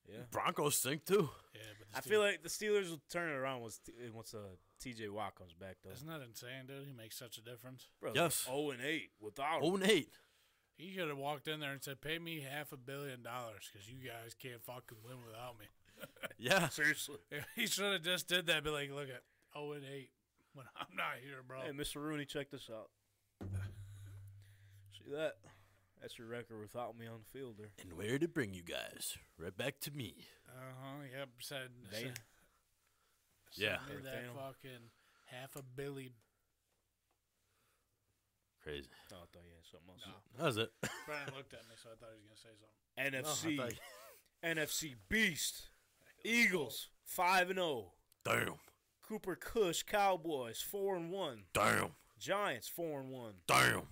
Yeah.
Broncos stink too.
Yeah, but the
I feel like the Steelers will turn it around once T- once uh, T.J. Watt comes back though.
isn't that insane, dude? He makes such a difference.
Bro,
Yes.
zero and eight without.
Oh
him.
and
(laughs)
eight.
He could have walked in there and said, "Pay me half a billion dollars because you guys can't fucking win without me." (laughs)
Yeah.
Seriously.
He should have just did that. Be like, "Look at zero and eight when (laughs) I'm not here, bro."
Oh.
Hey, Mr. Rooney, check this out. See that? That's your record without me on the field there.
And where to bring you guys? Right back to me.
Uh huh. Yep. Said.
They-
said-
Yeah.
send me that
Damn.
fucking half a billy.
Crazy.
Oh, I thought you had something else.
No.
That was it.
Brian looked at me, so I thought he was gonna say something.
NFC,
(laughs) Oh, I thought-
NFC Beast, Eagles, five and zero.
damn.
Cooper Cush, Cowboys, four and one.
Damn.
Giants, four and one.
Damn.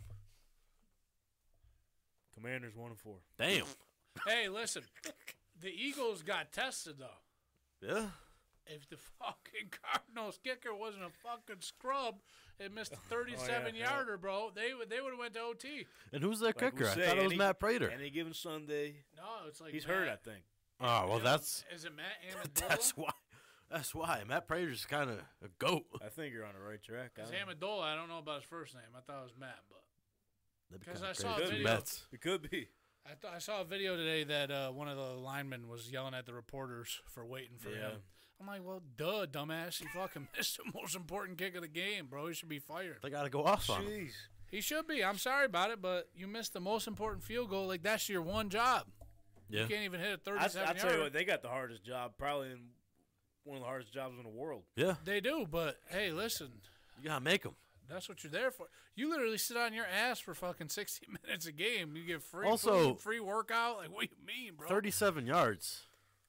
Commanders, one and four. (laughs)
Damn.
Hey, listen. The Eagles got tested though.
Yeah.
If the fucking (laughs) Cardinals kicker wasn't a fucking scrub
(laughs)
and missed a 37
Oh, yeah.
yarder, bro, they would they would have went to OT.
And who's
Like
that
we
kicker? I
say,
thought it was
any-
Matt Prater.
Any given Sunday,
No, it's like
he's
Matt,
hurt. I think.
oh well,
(laughs)
that's
Is it
(laughs)
Matt Amendola?
that's why. That's why Matt Prater's kind of a goat.
I think you're on the right track. I
It's
don't-
Amendola. I don't know about his first name. I thought it was Matt, but
That'd be
'Cause
kinda
I saw a
crazy.
video-
Mets.
It could be.
I, th- I saw a video today that uh, one of the linemen was yelling at the reporters for waiting for
Yeah.
him. I'm like, well, duh, dumbass. He fucking (laughs) missed the most important kick of the game, bro. He should be fired.
They gotta go off on him.
Jeez.
He should be. I'm sorry about it, but you missed the most important field goal. Like, that's your one job.
Yeah.
You can't even hit a
I, I
37
tell you what,
yard.
they got the hardest job, probably in one of the hardest jobs in the world.
Yeah.
They do, but hey, listen,
You gotta make them.
that's what you're there for. You literally sit on your ass for fucking 60 (laughs) minutes a game. You get free
Also-
food, free workout. Like, what do you mean, bro?
Thirty-seven yards.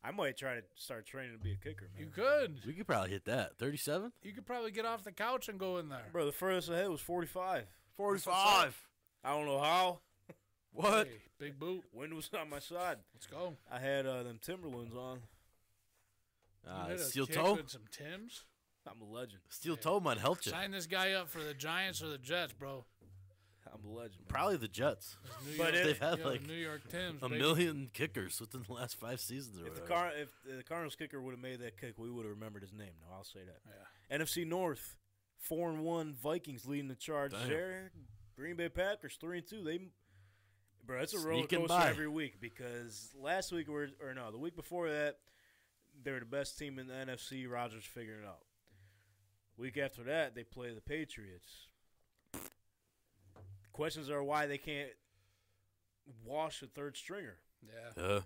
I might try to start training to be a kicker, man.
You could.
We could probably hit that. Thirty-seven.
You could probably get off the couch and go in there.
Bro, the furthest ahead was 45.
Forty-five.
I don't know how.
What?
Hey, big boot.
Wind was (laughs) on my side.
Let's go.
I had uh, them Timberlands on.
You
Uh,
hit a
steel
kick
toe.
with some Tims.
I'm a legend.
Steel toe might help you.
Sign this guy up for the Giants or the Jets, bro.
I'm a legend. man.
Probably the Jets.
Those New
But
York,
if-
They've had
yo,
like
New York Tims.
a
baby.
million kickers within the last five seasons. Or
If the
whatever.
car, if the Cardinals kicker would have made that kick, we would have remembered his name. No, I'll say that.
Yeah.
NFC North, four and one. Vikings leading the charge
Damn.
there. Green Bay Packers three and two. They, bro, it's a roller
Sneaking
coaster
by.
every week because last week we or no, the week before that, they were the best team in the NFC. Rogers figuring it out. Week after that, they play the Patriots. Questions are why they can't wash a third stringer,
(laughs)
Yeah.
Yeah.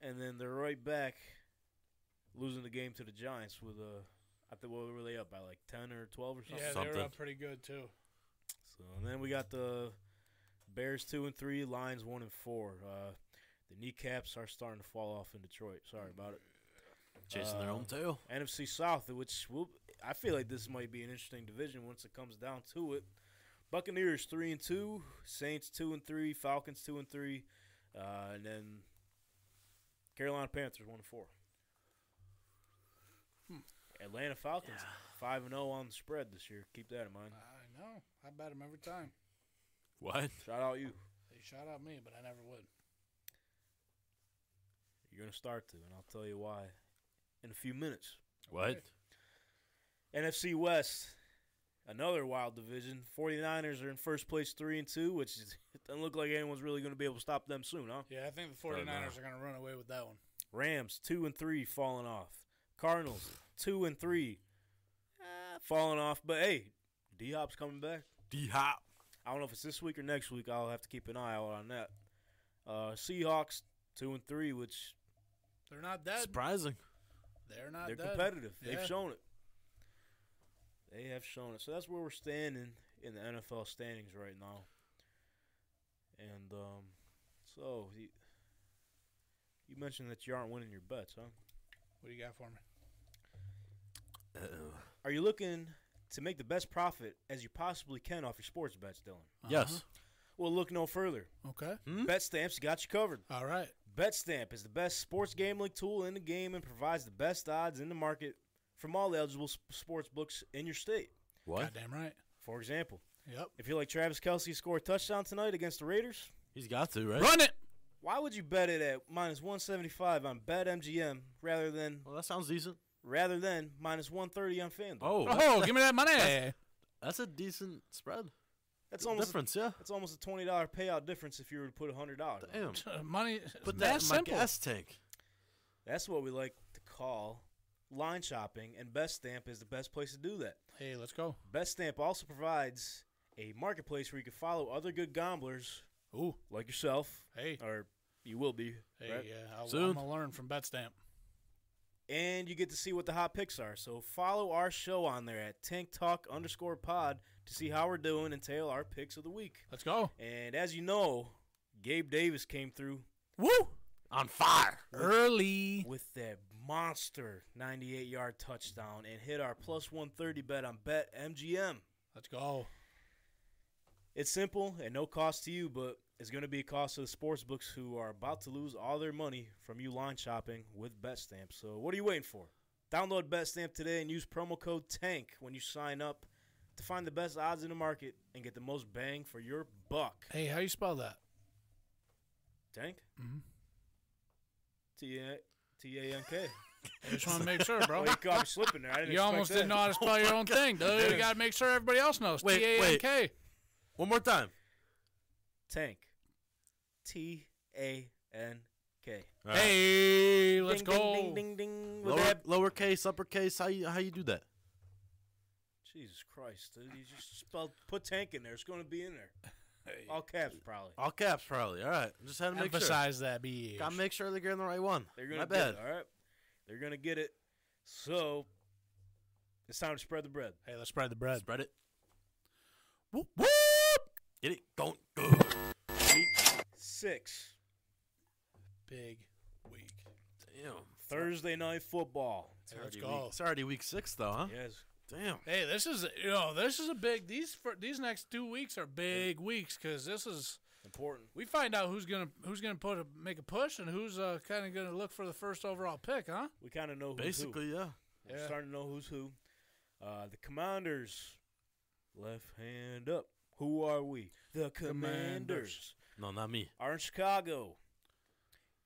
and then they're right back losing the game to the Giants with a. I think what were they up by like ten or twelve or something?
Yeah, they
Something.
were up pretty good, too.
So and then we got the Bears two and three, Lions one and four. Uh, the kneecaps are starting to fall off in Detroit. Sorry about it.
Chasing their
Uh,
own tail.
NFC South, which will, I feel like this might be an interesting division once it comes down to it. Buccaneers three and two, Saints two and three, Falcons two and three, uh, and then Carolina Panthers one and four. Atlanta Falcons five and zero on the spread this year. Keep that in mind.
I know. I bet them every time.
What?
Shout out you.
They shot out me, but I never would.
You're going to start to, and I'll tell you why in a few minutes.
What?
NFC West, another wild division. 49ers are in first place, 3 and 2, which is, (laughs) it doesn't look like anyone's really going to be able to stop them soon, huh?
Yeah, I think the
Probably
49ers
not.
are going to run away with that one.
Rams, 2 and 3, falling off. Cardinals, 2 and 3, eh, falling off. But hey, D Hop's coming back.
D Hop.
I don't know if it's this week or next week. I'll have to keep an eye out on that. Uh, Seahawks, 2 and 3, which
They're not dead.
Surprising.
They're not
They're
dead.
competitive.
Yeah.
They've shown it. They have shown it. So that's where we're standing in the NFL standings right now. And um, so you, you mentioned that you aren't winning your bets, huh?
What do you got for me?
Uh-oh.
Are you looking to make the best profit as you possibly can off your sports bets, Dylan?
Yes.
Uh-huh.
Well, look no further.
Okay.
Bet Stamps got you covered.
All right.
BetStamp is the best sports gambling tool in the game and provides the best odds in the market from all eligible s- sports books in your state.
What?
Goddamn right.
For example,
Yep.
if you like Travis Kelsey to score a touchdown tonight against the Raiders,
He's got to, right?
Run it.
why would you bet it at minus 175 on BetMGM rather than
Well, that sounds decent.
rather than minus 130 on FanDuel?
Oh, that's,
Oh, give me that money.
that's a decent spread.
that's almost
difference, yeah.
that's almost a twenty dollar payout difference if you were to put hundred dollars.
Damn.
uh, money.
Put that
that's
in my
simple.
gas tank.
That's what we like to call line shopping, and Best Stamp is the best place to do that.
Hey, let's go.
Best Stamp also provides a marketplace where you can follow other good gamblers
Ooh.
like yourself,
Hey.
or you will be,
Hey,
right?
yeah. I'll,
Soon.
I'm gonna learn from Betstamp.
and you get to see what the hot picks are. So follow our show on there at Tank Talk underscore Pod to see how we're doing and tail our picks of the week.
Let's go.
And as you know, Gabe Davis came through
Woo.
On fire.
Early.
with that monster 98 yard touchdown and hit our plus 130 bet on Bet MGM.
Let's go.
It's simple and no cost to you, but it's going to be a cost to the sports books who are about to lose all their money from you line shopping with BetStamp. So what are you waiting for? Download BetStamp today and use promo code TANK when you sign up to find the best odds in the market and get the most bang for your buck.
Hey, how you spell that?
Tank?
Mhm.
T A T A N K.
I just want to make sure,
Oh, (laughs)
(laughs) bro.
you caught me slipping there. I didn't
You
expect
almost
that.
didn't know how to spell your own thing, dude. You
Yeah.
got to make sure everybody else knows.
Wait,
T A N
wait.
K.
One more time.
Tank. T A N K.
All right.
Hey, let's
Ding,
go.
Ding ding ding. ding. With
Lower,
that-
lowercase, uppercase. How you how you do that?
Jesus Christ, dude. You just spelled put tank in there. It's going to be in there. All caps, probably.
All caps, probably. All right. Just had to make sure.
Emphasize that B. E
Gotta make sure they're getting the right one.
They're going
My
to get
bad.
it, all right? They're going to get it. So, it's time to spread the bread.
Hey, let's spread the bread.
Spread it.
Whoop, whoop.
Get it. Don't go.
Six.
Big week.
Damn.
Thursday night football.
It's
Let's
already
go.
Week, it's already week six, though, huh?
Yes.
Damn.
Hey, this is you know this is a big these for, these next two weeks are big weeks because this is
Important.
we find out who's gonna who's gonna put a, make a push and who's uh, kind of gonna look for the first overall pick, huh?
We kind of know who's who.
Basically, yeah.
We're
Yeah.
starting to know who's who. Uh, the commanders. Left hand up. Who are we? The commanders.
Commanders.
No, not me.
are in Chicago.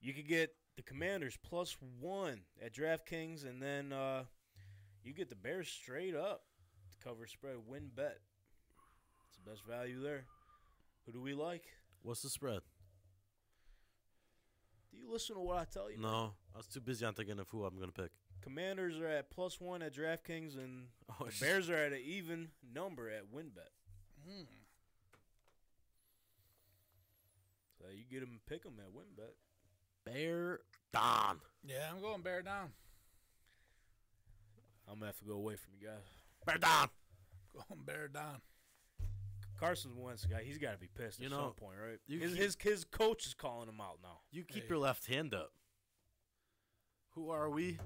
You could get the Commanders plus one at DraftKings, and then uh, you get the Bears straight up to cover spread, win bet. It's the best value there. Who do we like?
What's the spread?
Do you listen to what I tell you?
No, I was too busy on thinking of who I'm gonna pick. (laughs)
Commanders are at plus one at DraftKings, and
Oh,
the Bears are at an even number at win bet. So you get them, pick them at win bet.
Bear Don.
Yeah, I'm going bear down. (laughs)
I'm gonna have to go away from you guys.
Bear Don.
Going bear down.
Carson Wentz guy, he's got to be pissed
You
at
know,
some point, right?
you
His,
keep-
his his coach is calling him out now.
You keep
Hey.
your left hand up. Who are we?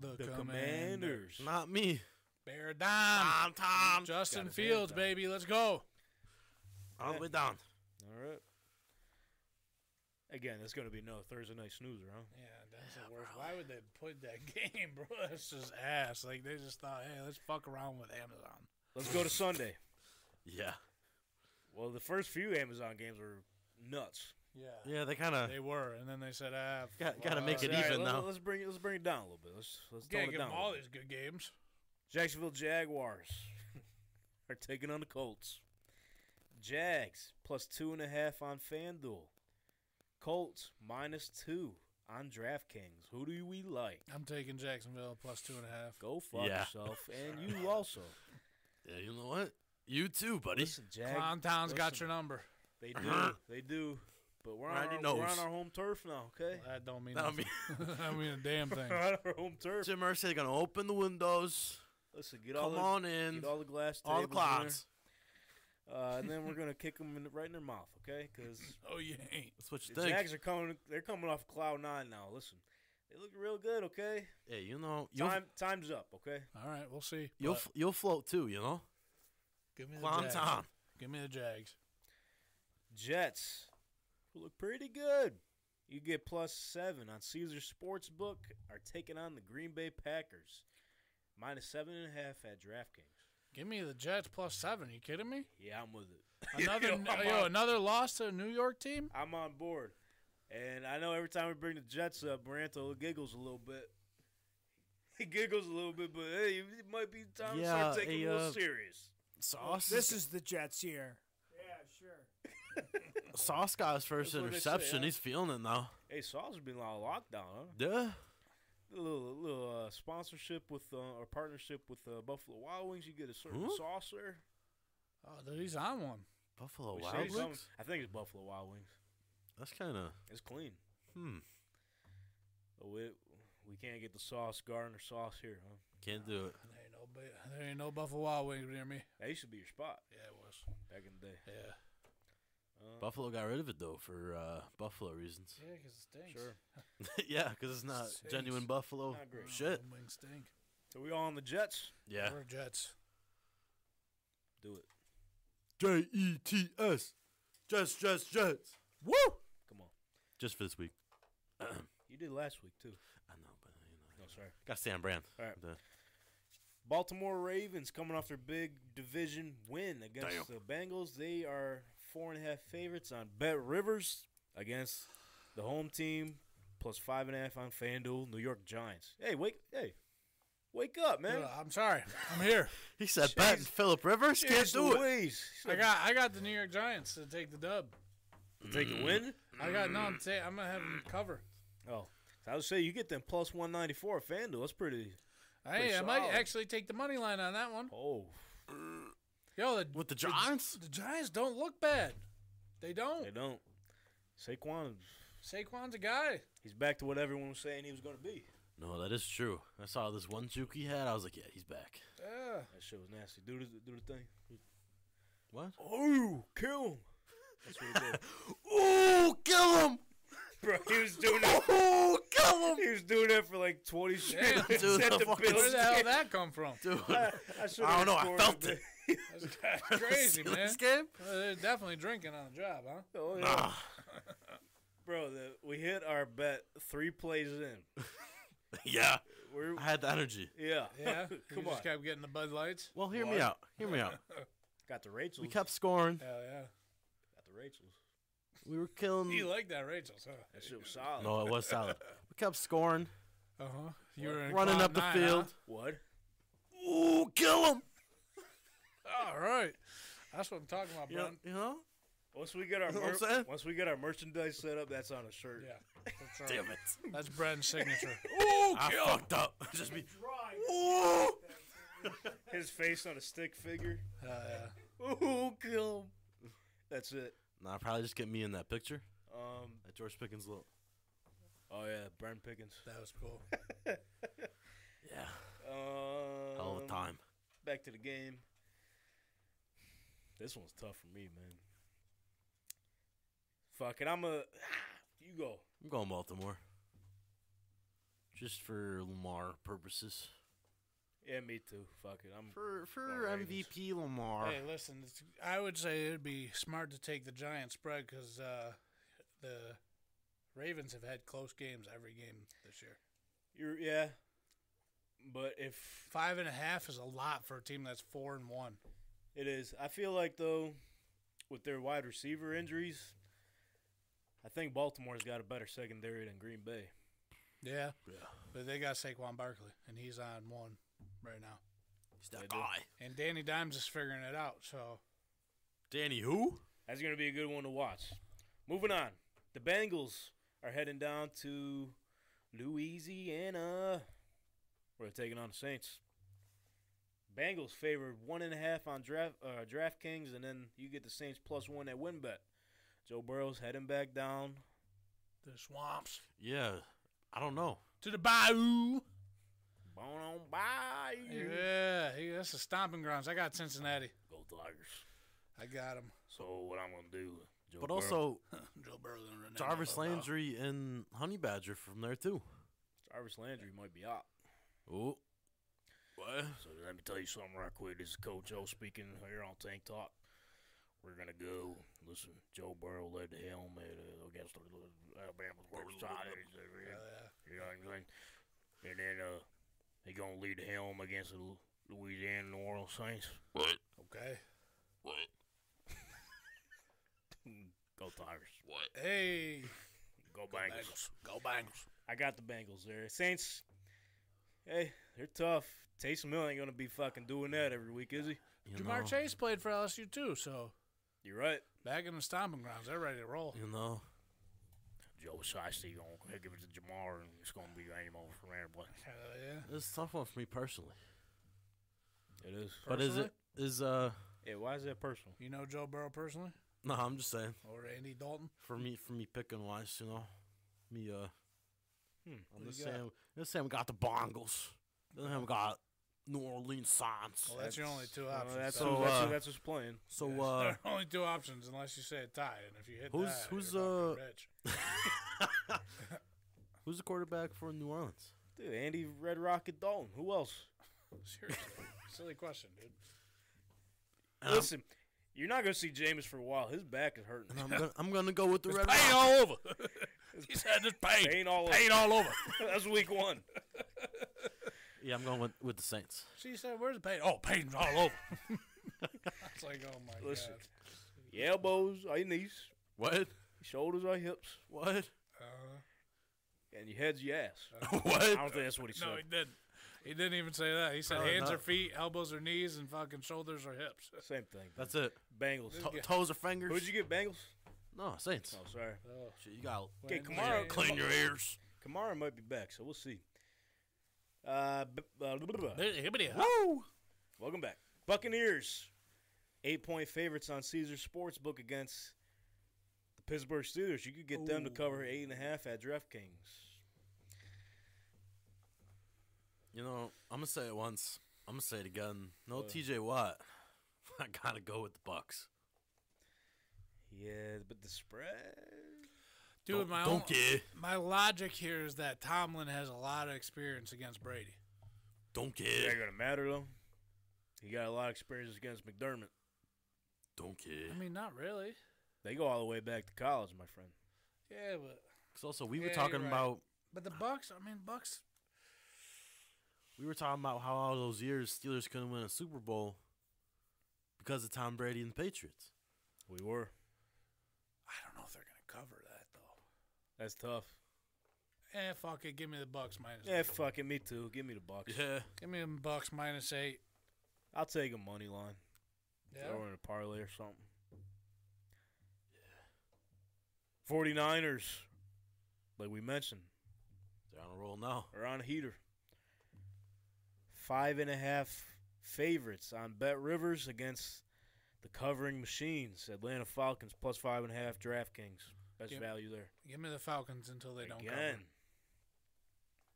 The,
The
commander.
Commanders.
Not me.
Bear down.
Tom, Tom.
Justin
Got his hands
Fields,
down.
baby, let's go.
All the way down.
All right. Again, that's going to be another Thursday night snoozer, huh?
Yeah, that's the worst. Why would they put that (laughs) game, bro? That's just ass. Like they just thought, hey, let's fuck around with Amazon.
Let's go to Sunday.
Yeah.
Well, the first few Amazon games were nuts.
Yeah.
Yeah, they kind of
They were, and then they said, ah,
Got- gotta
fuck.
make it
All right,
even
let's,
now.
Let's bring it. Let's bring it down a little bit. Let's let's tone
Can't
it
give
down.
them
a
all
little.
these good games.
Jacksonville Jaguars (laughs) are taking on the Colts. Jags plus two and a half on FanDuel. Colts minus two on DraftKings. Who do we like?
I'm taking Jacksonville plus two and a half.
Go fuck
Yeah.
yourself, and you also.
(laughs) Yeah, you know what? You too, buddy.
Listen, Jag,
Clown Town's got
listen,
your number.
They
(clears throat)
do, they do. But we're on,
Randy
our, we're
knows.
on our home turf now, okay? (laughs)
That don't mean
Now,
nothing.
me-
(laughs) I mean a damn thing.
We're on our home turf.
Jim Irsay gonna open the windows.
Listen, get all
Come
the,
on in.
get all the glass,
All the
tables in there,
clouds.
uh, and then we're gonna kick them in the, right in their mouth, okay? Because
Oh, you ain't.
That's what you
the
think.
Jags are coming, they're coming off cloud nine now. Listen, They look real good, okay?
Hey, you know, you'll
Time, time's up, okay?
All right, we'll see.
you'll
but
f- you'll float too. You know,
give me the
Long
Jags.
time.
Give me the Jags.
Jets who look pretty good. You get plus seven on Caesar Sportsbook are taking on the Green Bay Packers. Minus seven and a half at DraftKings.
Give me the Jets plus seven. you kidding me?
Yeah, I'm with it. (laughs)
Another
Yo,
yo,
I'm, on,
another loss to a New York team.
I'm on board. And I know every time we bring the Jets up, Branto giggles a little bit. (laughs) He giggles a little bit, but hey, it might be time to start
Yeah,
taking
hey,
it a little
uh,
serious.
Sauce.
This is the Jets' year. Yeah, sure.
Sauce got his first
That's what they say,
interception.
huh?
He's feeling it now.
Hey, Saul's been on lockdown, huh?
Yeah.
A little, little uh, sponsorship with uh, or partnership with uh, Buffalo Wild Wings. You get a certain
Who?
saucer.
Oh, dude, he's on one.
Buffalo
We
Wild
say something-
Wings.
I think it's Buffalo Wild Wings.
That's kind of
It's clean.
hmm.
But we, we can't get the sauce, garden, or sauce here, huh?
Can't do it.
There ain't no, ba- there ain't no Buffalo Wild Wings near me.
That used to be your spot
Yeah, it was.
back in the day.
Yeah.
Uh,
Buffalo got rid of it though for uh, Buffalo reasons.
Yeah, because it stinks.
Sure.
(laughs) yeah, because it's not
Stinks.
genuine Buffalo.
Not great.
Shit.
Them Wings stink.
So we all on the Jets.
Yeah.
We're Jets.
Do it.
J E T S. Jets, Jets, Jets. Woo!
Come on.
Just for this week. I know,
You did last week too.
but you know,
No, sorry.
got Sam Brand.
All right.
The-
Baltimore Ravens coming off their big division win against the Bengals. They are four and a half favorites on Bet Rivers against the home team, plus five and a half on FanDuel. New York Giants. Hey, wake! Hey, wake up, man!
Dude, I'm sorry. I'm here.
He said Pat and Philip Rivers can't
Jeez
do it.
Louise.
I got I got the New York Giants to take the dub.
take a win.
I got no.
Mm.
I'm, ta- I'm gonna have them cover.
Oh, I would say you get them plus one ninety four at FanDuel. That's pretty.
Hey, I
Pretty
might
solid.
actually take the money line on that one.
Oh,
Yo, the,
With the Giants?
the Giants don't look bad. They don't.
they don't. Saquon,
Saquon's a guy.
he's back to what everyone was saying he was going to be.
No, that is true. I saw this one juke he had. I was like, yeah, he's back.
Yeah.
That shit was nasty. Do the do the thing.
What?
Oh, kill him. That's what he did.
Ooh, kill him!
Bro, he was doing that.
(laughs) Ooh, kill him!
He was doing that for like 20 straight
Damn,
minutes
dude,
at
the
the
fuck-
Where
Bills.
the hell did that come
(laughs)
from?
Dude,
(laughs) I, should've
I don't know, I
scored
felt
a bit.
That's crazy,
see (laughs) this
man.
game?
Uh, They're definitely drinking on the job,
(laughs)
huh?
Oh, yeah.
Nah.
Bro, the, we hit our bet three plays in.
Yeah,
We're,
I had the energy.
(laughs) yeah.
Yeah. you
Come on.
just kept getting the Bud Lights.
Well, hear
What?
me out. Hear me out.
Got the Rachels.
We kept scoring.
Hell yeah.
Got the Rachels.
We were
You
killing.
like that, Rachel's, huh?
That shit was solid.
No, it was solid. We kept scoring,
Uh huh. You were in
Uh-huh. running
cloud
up the
nine,
field.
What?
Ooh, kill him!
huh? All right. That's what I'm talking about,
You know,
Brent.
you know?
Once we get our
You know what I'm
mer-
saying?
once we get our merchandise set up, that's on a shirt.
Yeah. That's right.
Damn it.
That's
(laughs)
Brent's signature.
Ooh, I fucked up. (laughs) Just be. Ooh!
His face on a stick figure. (laughs)
Hell yeah.
Ooh, kill him. That's it.
Nah, probably just get me in that picture.
Um.
That George Pickens look.
Oh yeah, Brent Pickens.
That was cool.
Yeah,
Um,
all the time.
back to the game. This one's tough for me, man. Fuck it, I'm a. (sighs) You go.
I'm going Baltimore. Just for Lamar purposes.
Yeah, me too. Fuck it, I'm.
For for
Ravens.
MVP Lamar.
Hey, listen, it's, I would say it'd be smart to take the Giants spread because uh, the Ravens have had close games every game this year.
You're yeah. But if
Five and a half is a lot for a team that's four and one.
it is, I feel like though, with their wide receiver injuries, I think Baltimore's got a better secondary than Green Bay.
Yeah,
Yeah.
but they got Saquon Barkley, and he's on one right now.
He's
I do.
that guy.
And Danny Dimes is figuring it out. So
Danny who?
That's gonna be a good one to watch. Moving on, the Bengals are heading down to Louisiana. We're taking on the Saints. Bengals favored one and a half on draft uh, DraftKings, and then you get the Saints plus one at WinBet. Joe Burrow's heading back down.
the swamps
Yeah. I don't know.
to the bayou.
Bone on by
Yeah, he, that's the stomping grounds. I got Cincinnati.
Go Tigers.
I got him. (laughs)
So what I'm gonna do? Joe
But
Burrow-
also
Joe Burrow.
Jarvis Landry and Honey Badger from there too.
Jarvis Landry might be out.
Ooh. What?
So let me tell you something right quick. This is Coach O speaking here on Tank Talk. We're gonna go. Listen, Joe Burrow led the helm at, uh, against the- Alabama's worst side.
Oh,
You know what I'm saying? And then uh, he gonna lead the helm against the Lu- Louisiana New Orleans Saints.
What?
Okay.
What?
Go Tigers.
What?
Hey.
Go Bengals.
Go Bengals.
I got the Bengals there. Saints. Hey, they're tough. Taysom Hill ain't gonna be fucking doing that every week, is he?
You
Jamar
know,
Chase played for LSU too, so
You're right.
back in the stomping grounds, they're ready to roll.
You know.
Joe Shiesty gonna give it to Jamar, and it's gonna be game over from there, boy.
Hell yeah.
This is a tough one for me personally.
It is.
But is it is uh
Yeah, why is that personal?
You know Joe Burrow personally,
no, I'm just saying.
or Andy Dalton?
For me for me picking wise, you know. Me uh
Hmm.
I'm
Who
just
you got?
saying I'm saying we got the Bongles. Then we got New Orleans Saints.
Oh,
Well, that's, your only two options.
that's,
so-
So,
who, that's, who,
uh,
that's who's playing.
So
Yeah,
uh
(laughs) there are only two options unless you say a tie, and if you hit
Who's-
that,
who's,
you're
uh,
fucking rich.
who's the quarterback for New Orleans?
Dude, Andy Red Rocket Dalton. Who else?
Seriously, silly question, dude. Um,
And I'm-
Listen, you're not gonna see Jameis for a while. His back is hurting.
and I'm gonna, I'm gonna go with the Red
Pain
Rock.
all over. He's had this pain.
Pain all over.
Pain all over.
(laughs) that's week one.
Yeah, I'm going with, with the Saints.
She said, "Where's the pain?" Oh,
Oh, pain's all over.
(laughs) it's like, oh my
Listen. Your elbows are your knees,
What?
your shoulders are your hips,
What?
god. Uh,
and your head's your ass. I
(laughs) what?
don't think that's what he said.
no, he didn't. He didn't even say that. He said
Probably
hands
not.
or feet, elbows or knees, and fucking shoulders or hips. (laughs)
Same thing.
That's it.
Bengals.
To- toes or fingers?
Who'd you get?
(laughs)
Bengals.
No, Saints.
Oh, sorry.
Oh,
Shit, you got
Okay,
Wednesday.
Kamara-
Clean your ears.
Kamara might be back, so we'll see. Uh, b- uh, blah, blah, blah.
Woo!
welcome back, Buccaneers. Eight point favorites on Caesar's Sportsbook against the Pittsburgh Steelers. You could get them to cover eight and a half at DraftKings.
You know, I'm gonna say it once. I'm gonna say it again. No
What?
TJ Watt. (laughs) I gotta go with the Bucks.
Yeah, but the spread.
Dude,
don't,
my
don't
own,
get
my logic here is that Tomlin has a lot of experience against Brady.
don't
It
get
ain't gonna matter though. He got a lot of experience against McDermott.
don't
I
get.
mean, not really.
They go all the way back to college, my friend.
Yeah, but
Because also we were
Yeah,
talking
you're right.
about
but the Bucks. I mean, Bucks.
we were talking about how all those years Steelers couldn't win a Super Bowl because of Tom Brady and the Patriots.
We were.
I don't know if they're gonna cover that though.
That's tough.
Eh, fuck it. Give me the Bucks minus.
Yeah, fucking me too. Give me the Bucks.
Yeah.
Give me the Bucks minus eight.
I'll take a money line.
Yeah.
Throw in a parlay or something. 49ers, like we mentioned,
They're on a roll now.
are on a heater. Five and a half favorites on Bet Rivers against the covering machines. Atlanta Falcons plus five and a half DraftKings. Best
Yep.
value there.
Give me the Falcons until they don't cover.
Again.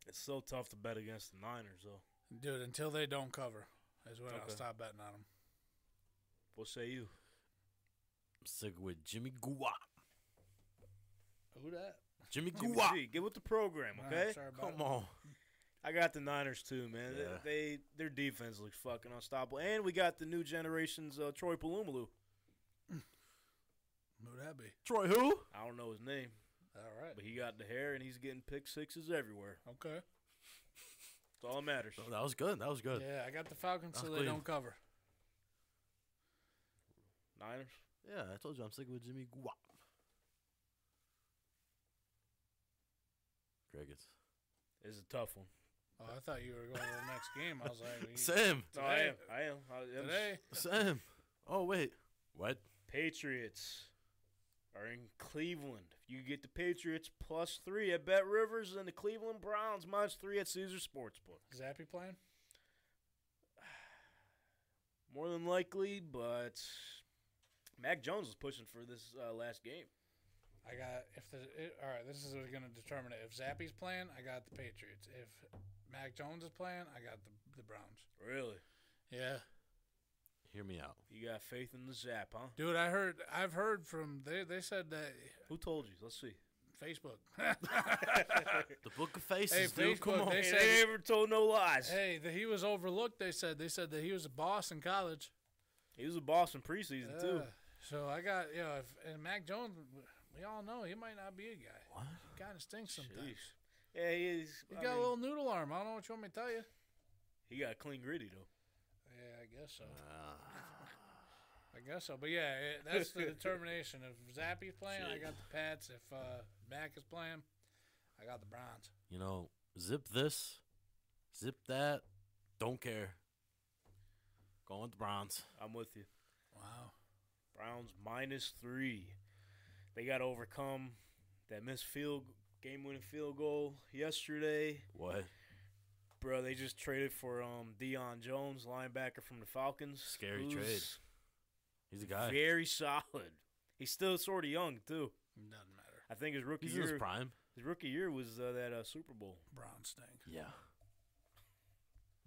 It's so tough to bet against the Niners, though.
Dude, until they don't cover is when I'll
Okay.
stop betting on them.
What say you?
I'm sick with Jimmy Guap.
Who that?
Jimmy
Jimmy
Guap.
G, get with the program, okay?
Come on.
I got the Niners too, man. They-
Yeah.
They, their defense looks fucking unstoppable, and we got the new generation's uh, Troy Polumulu.
Who that be?
Troy who?
I don't know his name,
All right.
but he got the hair and he's getting pick sixes everywhere.
Okay.
That's all that matters.
No, that was good. That was good.
Yeah, I got the Falcons
That's
till they
clean.
don't cover.
Niners.
Yeah, I told you I'm sick with Jimmy Guap. Crickets.
This is a tough one.
Oh, I thought you were going to the next game. I was like, you-
Sam.
No, I am.
Today-
I am. I am.
Today,
Sam. Oh wait. What?
Patriots are in Cleveland. If you get the Patriots plus three at Bet Rivers and the Cleveland Browns minus three at Caesar Sportsbook.
Zappy playing?
More than likely, but Mac Jones is pushing for this uh, last game.
I got, if the, it, all right, this is going to determine it. If Zappy's playing, I got the Patriots. If Mac Jones is playing, I got the, the Browns.
Really?
Yeah.
Hear me out.
You got faith in the Zap, huh?
Dude, I heard, I've heard from, they, they said that
Who told you? Let's see.
Facebook.
The book of faces,
Hey,
dude. Come
Facebook,
on.
they
Hey,
said-
they never told no lies.
hey, that he was overlooked. They said they said that he was a boss in college.
He was a boss in preseason too.
Uh, so I got you know, if, and Mac Jones, we all know he might not be a guy. What? Kind of stinks sometimes.
Jeez. Yeah, he is.
He
I
got
mean,
a little noodle arm. I don't know what you want me to tell you.
He got clean gritty though.
Yeah, I guess so.
Ah,
I guess so. But yeah, it, that's the determination. If Zappy's playing, I
Shit.
got the Pats. If uh, Mac is playing, I got the Browns.
you know, zip this, zip that. Don't care. Going with the Browns.
I'm with you.
Wow.
Browns minus three. They got to overcome that missed field game-winning field goal yesterday,
What?
bro. They just traded for um Deion Jones, linebacker from the Falcons.
Scary
who's
trade. He's a guy.
Very solid. He's still sort of young too.
Doesn't matter.
I think his rookie
He's in
year.
his prime.
His rookie year was uh, that uh, Super Bowl.
Browns stink.
Yeah.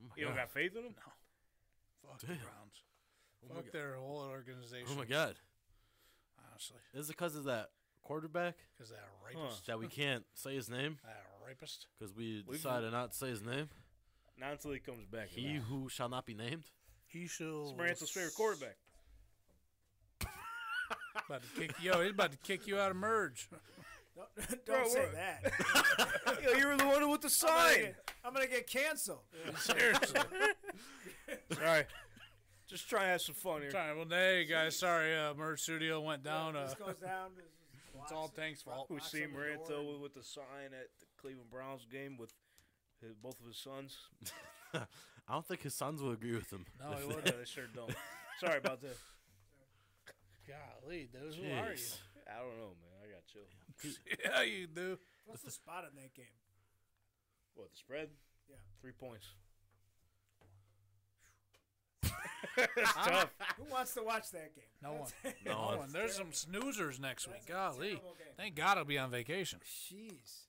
Oh my
You don't
God.
got faith in him?
Fuck the
Damn.
Browns.
Oh my
Fuck
God.
their whole organization.
Oh my God.
Honestly,
Is it because of that quarterback
because that rapist.
that we can't say his name
That rapist.
because we
We've-
decided not to say his name?
Not until he comes back.
He who shall not be named.
He shall.
It's Branson's favorite
(laughs)
quarterback.
About to kick yo. He's about to kick you out of merge.
(laughs) Don't,
Bro,
don't say
we're-
(laughs)
that.
Yo, you were the one with the
I'm gonna
sign.
get- I'm gonna get canceled.
(laughs)
Seriously.
All right. (laughs) Just try and have some fun here.
Trying. Well, hey guys, sorry. Uh, merge studio went down. Uh,
This goes down. This is
it's all
blocks.
Tank's fault.
We
knocks
see
on the door
Maranto
and-
with the sign at the Cleveland Browns game with his, both of his
(laughs)
sons.
I don't think his sons would agree with him.
No, Oh, he
Yeah,
wouldn't.
they sure don't. Sorry about that.
Golly, dude, who
(laughs)
are you?
Jeez.
I don't know, man. I got chill.
yeah, you do.
What's the spot in that game?
What the spread?
Yeah.
Three
(laughs)
points.
(laughs) Who wants to watch that game?
No
(laughs)
one.
No,
No
it's-
one. There's some snoozers next week. Golly.
terrible game.
Thank God I'll be on vacation.
Jeez.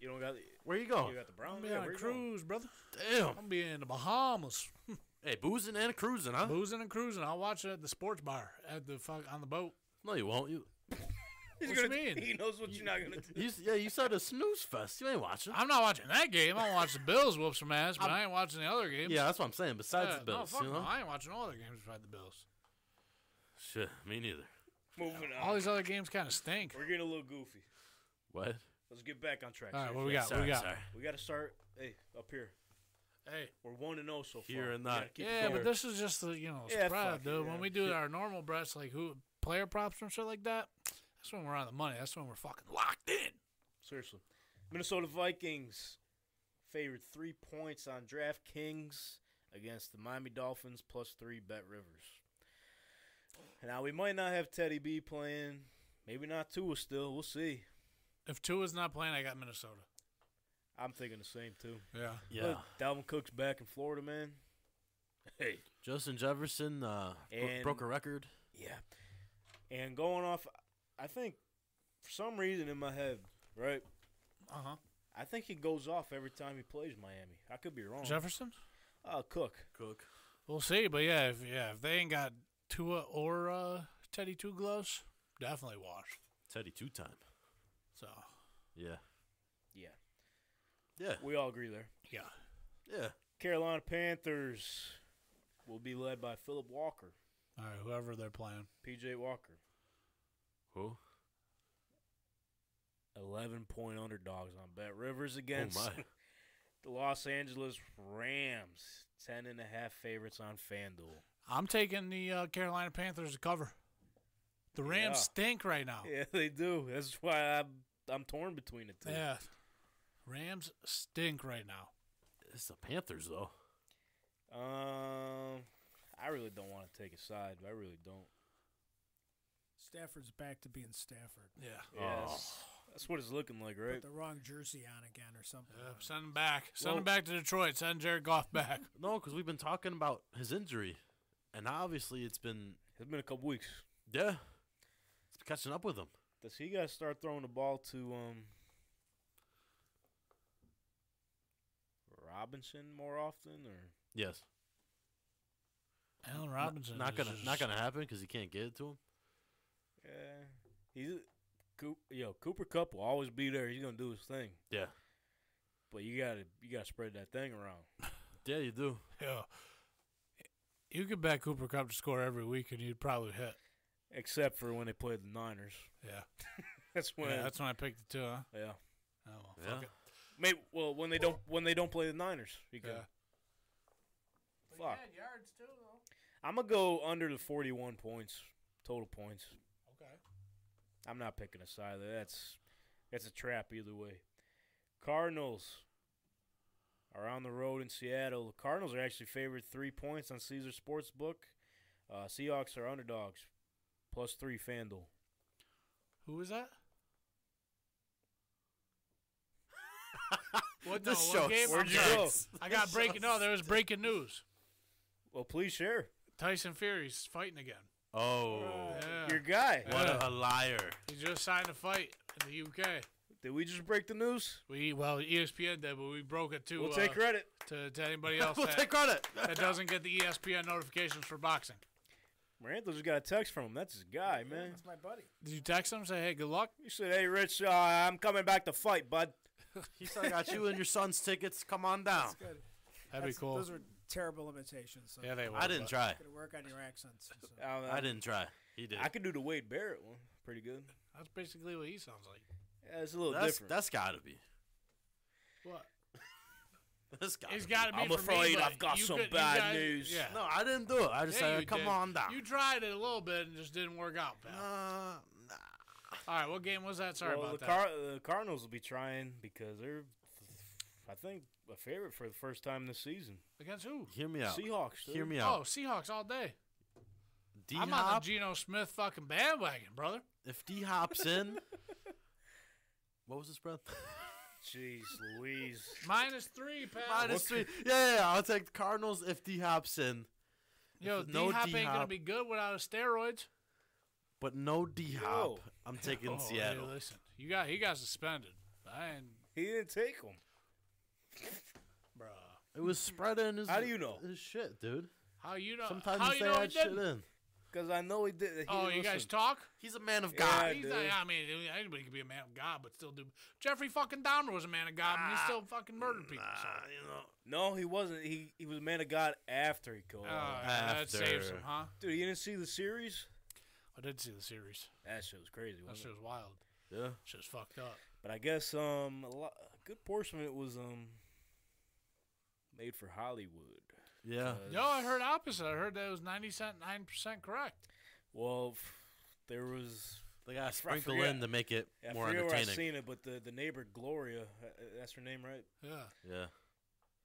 You don't got the,
Where you going?
you got the
I'm
Browns.
be
Yeah,
on a
where you going?
cruise, brother.
Damn.
I'm be in the Bahamas, (laughs)
Hey, boozing and cruising, huh?
boozing and cruising. I'll watch it at the sports bar at the fuck on the boat.
No, you won't. You,
He's
What
gonna-
you mean?
He knows what you're not gonna
(laughs)
do.
you s- yeah, you said a snooze fest. You ain't watching.
I'm not watching that game. I
(laughs)
watch the Bills whoop some ass, but I ain't watching the other games.
yeah, that's what I'm saying. Besides
Yeah,
the Bills,
Uh, no, fuck
you
no,
know.
I ain't watching all other games besides the Bills.
Shit, me neither.
Moving
All
on.
these other games kind of stink.
We're getting a little goofy.
What?
Let's get back on track.
All right,
here.
what we got? what
Sorry,
we got?
sorry.
We got to start. Hey, up here.
Hey,
We're one and zero so far.
Here and
We gotta
not-
keep it
yeah,
going.
but this is just the you know
Yeah,
spread,
fuck,
dude.
yeah.
When we do our normal breasts, like who player props and shit like that, that's when we're on the money. That's when we're fucking locked in.
seriously. Minnesota Vikings favored three points on DraftKings against the Miami Dolphins plus three Bet Rivers. Now we might not have Teddy B playing. Maybe not Tua still. We'll see.
If Tua's not playing, I got Minnesota.
I'm thinking the same too.
Yeah.
Yeah,
But Dalvin Cook's back in Florida, man. Hey,
Justin Jefferson uh, bro-
And-
broke a record.
Yeah. And going off, I think for some reason in my head, right?
Uh huh.
I think he goes off every time he plays Miami. I could be wrong.
Jefferson.
Uh, Cook.
Cook.
We'll see, but yeah, if yeah, if they ain't got Tua or uh, Teddy Two Gloves, definitely wash.
Teddy two time.
So
Yeah.
Yeah.
Yeah.
We all agree there.
yeah,
Yeah.
Carolina Panthers will be led by Philip Walker,
all right, whoever they're playing.
PJ Walker.
Who?
11 point underdogs on Bet Rivers
Oh
against
my.
(laughs) the Los Angeles Rams. 10 and a half favorites on FanDuel.
I'm taking the uh, Carolina Panthers to cover. The Rams
Yeah.
stink right now.
Yeah, they do. That's why I'm, I'm torn between the two.
yeah, Rams stink right now.
It's the Panthers though.
Um, I really don't want to take a side. I really don't.
Stafford's back to being Stafford.
Yeah.
Yeah, that's, that's what it's looking like, right?
Put the wrong jersey on again or something.
Uh, send him back. Send
Well-
him back to Detroit. Send Jared Goff back.
No, because we've been talking about his injury, and obviously it's been
It's been a couple weeks.
yeah, it's catching up with him.
Does he got to start throwing the ball to um Robinson more often, or
Yes.
(laughs) Allen
N-
Robinson.
Not
is
gonna
just-
not gonna happen because you can't get it to him.
yeah, he's Coop, yo, Cooper Cup will always be there. He's gonna do his thing,
Yeah.
but you gotta you gotta spread that thing around.
Yeah, you do.
Yeah. You could bet Cooper Cup to score every week and you'd probably hit.
Except for when they played the Niners. (laughs)
Yeah.
That's when.
yeah that's when I picked the two, huh?
yeah.
Oh, well,
Yeah.
fuck it.
Maybe well when they don't when they don't play the Niners. You can,
Yeah.
Fuck.
yards too, though.
I'm gonna go under the 41 points total points.
Okay.
I'm not picking a side. That's that's a trap either way. Cardinals are on the road in Seattle. The Cardinals are actually favored three points on Caesar Sportsbook. Uh, Seahawks are underdogs, plus three FanDuel.
Who was that?
(laughs) What
no,
this
what
show?
game?
Where'd
I'm
you
sorry.
go?
(laughs)
I got breaking. No, there was breaking news.
Well, please share.
Tyson Fury's fighting again.
Oh,
Yeah.
Your guy.
what
Yeah.
a liar!
He just signed a fight in the UK.
Did we just break the news?
We well E ESPN did, but we broke it to
We'll
uh,
take credit.
to,
(laughs)
to anybody else
we'll
that,
take credit.
that doesn't get the E ESPN notifications for boxing.
Miranda just got a text from him. That's his guy, man.
That's my buddy.
Did you text him say, "Hey, good luck"?
He said, "Hey, Rich, uh, I'm coming back to fight, bud."
(laughs) He said, "I got you and your son's tickets. Come on down."
Good.
That'd be
That's-
cool.
Those were terrible imitations. So
yeah, they were.
I didn't
but-
try.
Gonna work on your
(laughs)
accents. So.
Um,
I didn't try. He did.
I could do the Wade Barrett one pretty good.
That's basically what he sounds like.
Yeah, it's a little
That's
different.
that's gotta be.
What?
That's gotta.
He's
be.
got to be.
I'm
for
afraid
me, but
I've got
you
some
could- you
bad
guys-
news.
Yeah.
No, I didn't do it. I just
Yeah, you
said, "Come
did.
on down."
You tried it a little bit and just didn't work out, pal.
uh, nah.
All right, what game was that? Sorry
well,
about
the,
that.
Car- the Cardinals will be trying because they're, I think, a favorite for the first time this season.
Against who?
Hear me out.
Seahawks.
Hear
dude.
me
Oh,
out.
Seahawks all day.
D
Oh, I'm on the
Hop.
Geno Smith fucking bandwagon, brother.
If D Hop's in, what was
(laughs)
the spread?
Jeez Louise.
Minus three, pal.
(laughs) Minus three. Yeah, yeah, yeah. I'll take the Cardinals if D Hop's in,
Yo,
If no
D Hop ain't gonna
D-Hop.
be good without his steroids.
but no D Hop.
Yo. (laughs)
I'm taking
Oh, hey,
Seattle.
listen, you got he got suspended. I ain't,
he didn't take them.
bruh.
It was spread in his.
How do you know? Uh,
His shit, dude.
How you know?
Sometimes
how
you
you
say
know he
that shit
didn't?
in.
Because I know he did. He
Oh,
didn't
you guys
listen.
talk?
He's a man of
Yeah.
God.
He's not,
do.
I mean, anybody could be a man of God, but still do. Jeffrey fucking Dahmer was a man of God, and he still fucking murdered people. so.
Ah, you know.
No, he wasn't. He he was a man of God after he called.
Oh, yeah, that saves
After-
him, huh?
Dude, you didn't see the series?
I did see the series.
That shit was crazy.
That
Wasn't
shit
it?
was wild.
Yeah.
Shit was fucked up.
But I guess um a, lot, a good portion of it was um made for Hollywood.
Yeah.
Uh,
No, I heard opposite. I heard that it was ninety cent nine percent correct.
Well, f- there was
They gotta sprinkle
forget-
in to make it
I
more
forget where I
entertaining.
seen it, but the the neighbor Gloria, uh, uh, that's her name, right?
Yeah.
Yeah.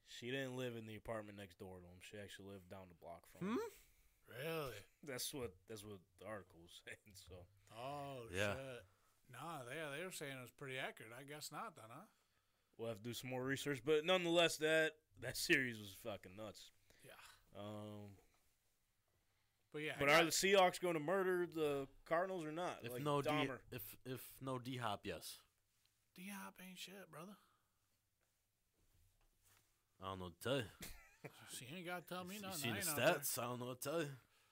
She didn't live in the apartment next door to him. She actually lived down the block from. him.
Really?
Hmm.
That's what that's what the article was (laughs) saying. So
Oh
Yeah.
shit. Nah, they they were saying it was pretty accurate. I guess not then, huh?
we'll have to do some more research, but nonetheless, that that series was fucking nuts.
Yeah.
Um,
But yeah. I
but are
got-
the Seahawks going to murder the Cardinals or not?
If
like
no D,
Dahmer.
if if no D Hop, yes.
D-Hop ain't shit, brother.
I don't know what to tell you.
So you ain't got to tell me
you
nothing.
see
I
the
ain't out there.
stats? I don't know what to tell you.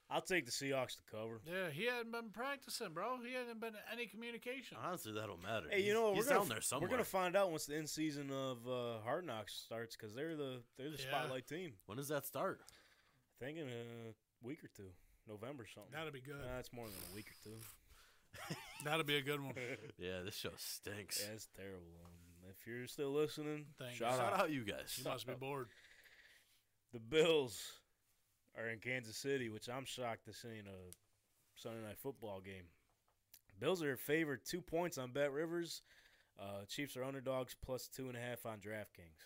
I'll take the Seahawks to cover.
Yeah, he hadn't been practicing, bro. He hadn't been in any communication.
Honestly, that don't matter.
Hey, you
He's-
know what?
he's
we're gonna,
down there
f-
somewhere.
We're gonna find out once the end season of uh, Hard Knocks starts because they're the they're the
Yeah.
spotlight team.
when does that start?
I think in a week or two, November something.
That'll be good.
Nah, it's more than a week or two.
That'll be a good one.
Yeah, this show stinks.
Yeah, it's terrible. Um, if you're still listening,
Thank you.
shout
Shout
out.
out you guys.
You must be bored.
The Bills are in Kansas City, which I'm shocked this ain't a Sunday night football game. Bills are favored two points on Bet Rivers. Uh, Chiefs are underdogs plus two and a half on DraftKings.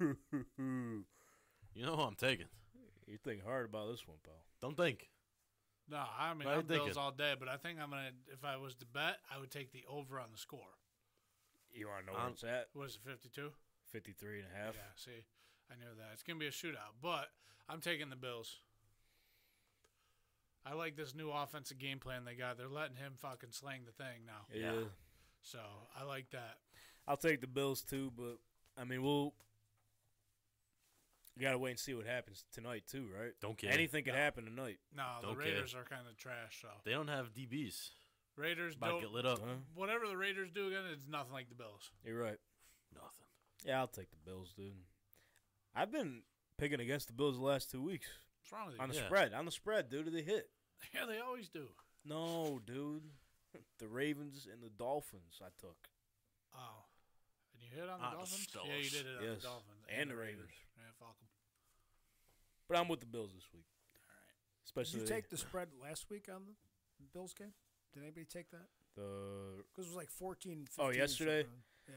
You know who I'm taking.
you think hard about this one, pal.
Don't think.
No, I mean,
What are
I'm
you thinking?
Bills all day, but I think I'm going to, if I was to bet, I would take the over on the score.
You want to know where
Um,
it's at?
What is it, 52?
53 and a half.
Yeah, see, I knew that. It's going to be a shootout, but I'm taking the Bills. I like this new offensive game plan they got. They're letting him fucking slang the thing now.
Yeah.
Yeah.
So I like that.
I'll take the Bills too, but I mean, we'll We gotta wait and see what happens tonight too, right?
Don't care.
Anything could happen tonight.
No, the
Don't care.
Raiders are kind of trash. So
They don't have DBs.
Raiders
About to
don't.
get lit up.
Huh?
Whatever the Raiders do again, it's nothing like the Bills.
You're right.
Nothing.
Yeah, I'll take the Bills, dude. I've been picking against the Bills the last two weeks
What's wrong with you?
on the
Yeah.
spread. On the spread, dude, they hit.
(laughs) yeah, they always do.
No, dude. (laughs) The Ravens and the Dolphins. I took
Oh, and you hit on the
Ah, the
Dolphins? Yeah, you did it on
Yes.
the Dolphins
And the Raiders.
Yeah, fuck 'em.
But I'm with the Bills this week. All right.
Did
Especially
you take the spread last week on the Bills game? Did anybody take that?
the
Because it was like 14, 15
Oh, yesterday?
something. Yeah.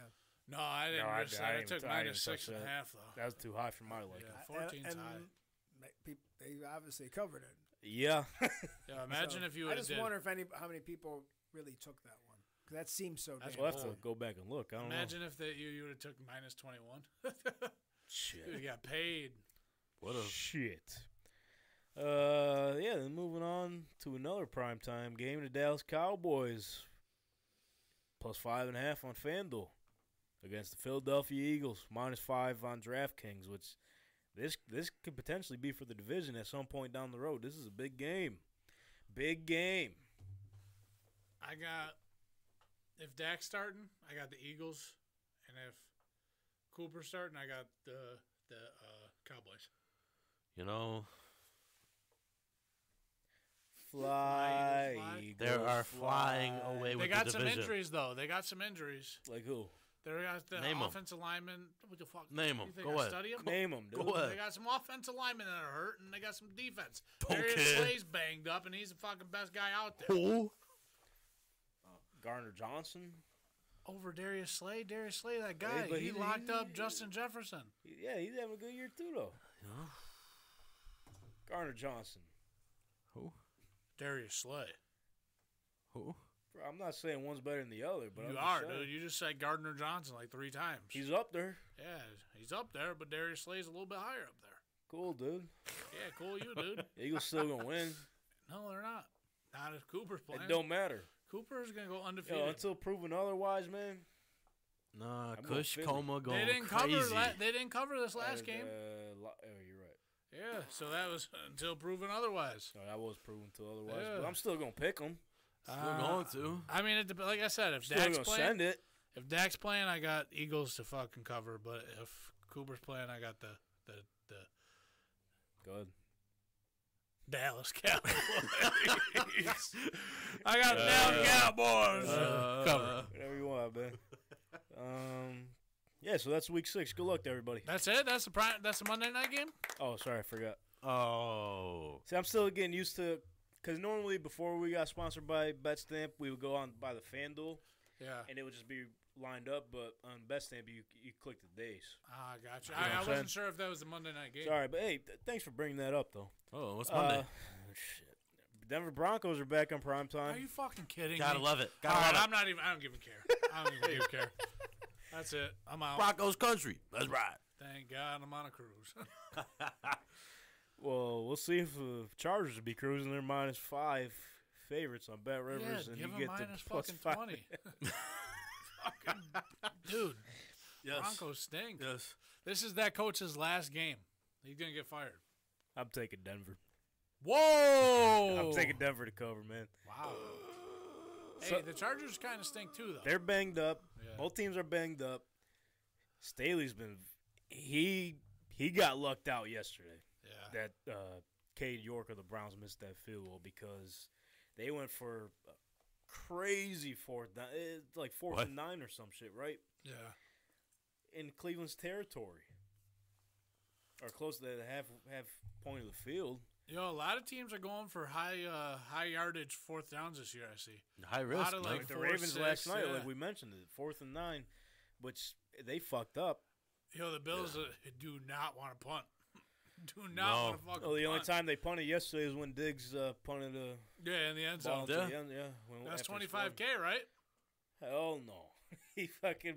No, I didn't
No, I-
risk
I
that. I,
didn't
took
even- I
nine
didn't
to six
touch
and a
that.
half
(laughs)
though.
that was too high for my liking.
Yeah,
And-
14's
and
high.
ma- peop- They obviously covered it.
Yeah. (laughs)
Yeah, imagine
So,
if you
I
would have
just
did.
wonder if any how many people really took that one. 'Cause that seems so
That's
damn
we'll have to
bold.
go back and look. I don't
imagine if that you you would have took minus twenty one. (laughs)
know. Shit.
you got paid.
What a
Shit. Uh, yeah. Then moving on to another primetime game, the Dallas Cowboys plus five and a half on FanDuel against the Philadelphia Eagles, minus five on DraftKings. Which this this could potentially be for the division at some point down the road. This is a big game. Big game.
I got if Dak's starting, I got the Eagles, and if Cooper's starting, I got the the uh, Cowboys.
you know.
Fly.
Fly, Eagles,
Eagles,
There are flying
fly.
away
they
with
got
the
some
division.
injuries though. They got some injuries.
Like who?
They got the
Name 'em.
offensive lineman. What the fuck?
Name
You
'em.
think
Go
I
ahead.
Study 'em?
Name them, dude.
Go ahead.
They got some offensive linemen that are hurt, and they got some defense.
Don't
Darius
care.
Slay's banged up, and he's the fucking best guy out there.
Who?
Garner Johnson.
Over Darius Slay, Darius Slay, that guy,
but
he,
he-
locked up Justin Jefferson.
Yeah, he's having a good year too, though.
You know?
Garner Johnson.
Who?
Darius Slay,
Who?
Bro, I'm not saying one's better than the other, but I'm
you
just
are,
saying.
dude. You just said Gardner Johnson like three times.
He's up there.
yeah, he's up there, but Darius Slay's a little bit higher up there.
Cool, dude.
Yeah, cool, you dude.
Eagles still gonna win.
(laughs) No, they're not. Not if Cooper's
It
playing.
don't matter.
Cooper is gonna go
Yo,
undefeated.
until proven otherwise, man.
Nah,
going
Kush
Philly.
Coma going
they didn't
crazy.
cover. La- they didn't cover this last
Uh,
game.
lo- oh, you're right.
Yeah, so that was until proven otherwise.
No, that was proven to otherwise. But
Yeah.
I'm still gonna pick them.
We're
Uh,
going (laughs) to.
I mean, it, dep- like I said, if
Still
Dak's
gonna
playing,
send it.
if Dak's playing, I got Eagles to fucking cover. But if Cooper's playing, I got the the the
Good.
Dallas (laughs) Cowboys. I got
Uh,
the Dallas Cowboys
Uh,
to cover.
Whatever you want, man. um, yeah. So that's week six. Good luck to everybody.
That's it. That's the prime. That's the Monday night game.
Oh, sorry, I forgot.
Oh.
See, I'm still getting used to because normally before we got sponsored by BetStamp, we would go on by the FanDuel
Yeah.
and it would just be lined up. But um, on BetStamp, you you click the days.
Ah, gotcha.
what
I, I
I'm
wasn't sure if that was the Monday night game.
Sorry, but hey, th- thanks for bringing that up though.
Oh, what's Monday?
Uh, shit. Denver Broncos are back on prime
Are
time.
you fucking kidding
Gotta
me?
love it.
All
Gotta
right,
love
I'm not even. I don't give a care. I don't even give a care. That's it. I'm
it.
out.
Broncos country. That's right.
Thank God I'm on
(laughs)
a cruise.
well, we'll see if the Chargers will be cruising. They're minus five favorites on Bet Rivers,
yeah,
and
give
you
him
get the
minus
plus
fucking
five. (laughs)
twenty. Fucking- dude,
Yes.
Broncos stink.
Yes.
This is that coach's last game. He's gonna get fired.
I'm taking Denver.
Whoa!
I'm taking Denver to cover, man.
Wow. Hey,
So-
the Chargers kind of stink too, though.
They're banged up.
Yeah.
Both teams are banged up. Staley's been he he got lucked out yesterday.
yeah.
that uh, Cade York of the Browns missed that field goal because they went for a crazy fourth down, it's like fourth
What?
and nine or some shit, right?
Yeah.
In Cleveland's territory, or close to the half half point of the field.
You know, a lot of teams are going for high, uh, high yardage fourth downs this year. I see.
High risk.
Lotta
Mike.
Like the
four,
Ravens
six,
last night,
yeah.
like we mentioned, it fourth and nine, which they fucked up.
You know, the Bills uh, do not want to punt. (laughs) Do not
No.
want to fucking.
Oh, the only
punt.
time they punted yesterday is when Diggs uh, punted a
Yeah, in the end
ball
zone.
to
Yeah.
the end. Yeah, when,
That's
after a
twenty five k, right?
slam. Hell no, (laughs) he fucking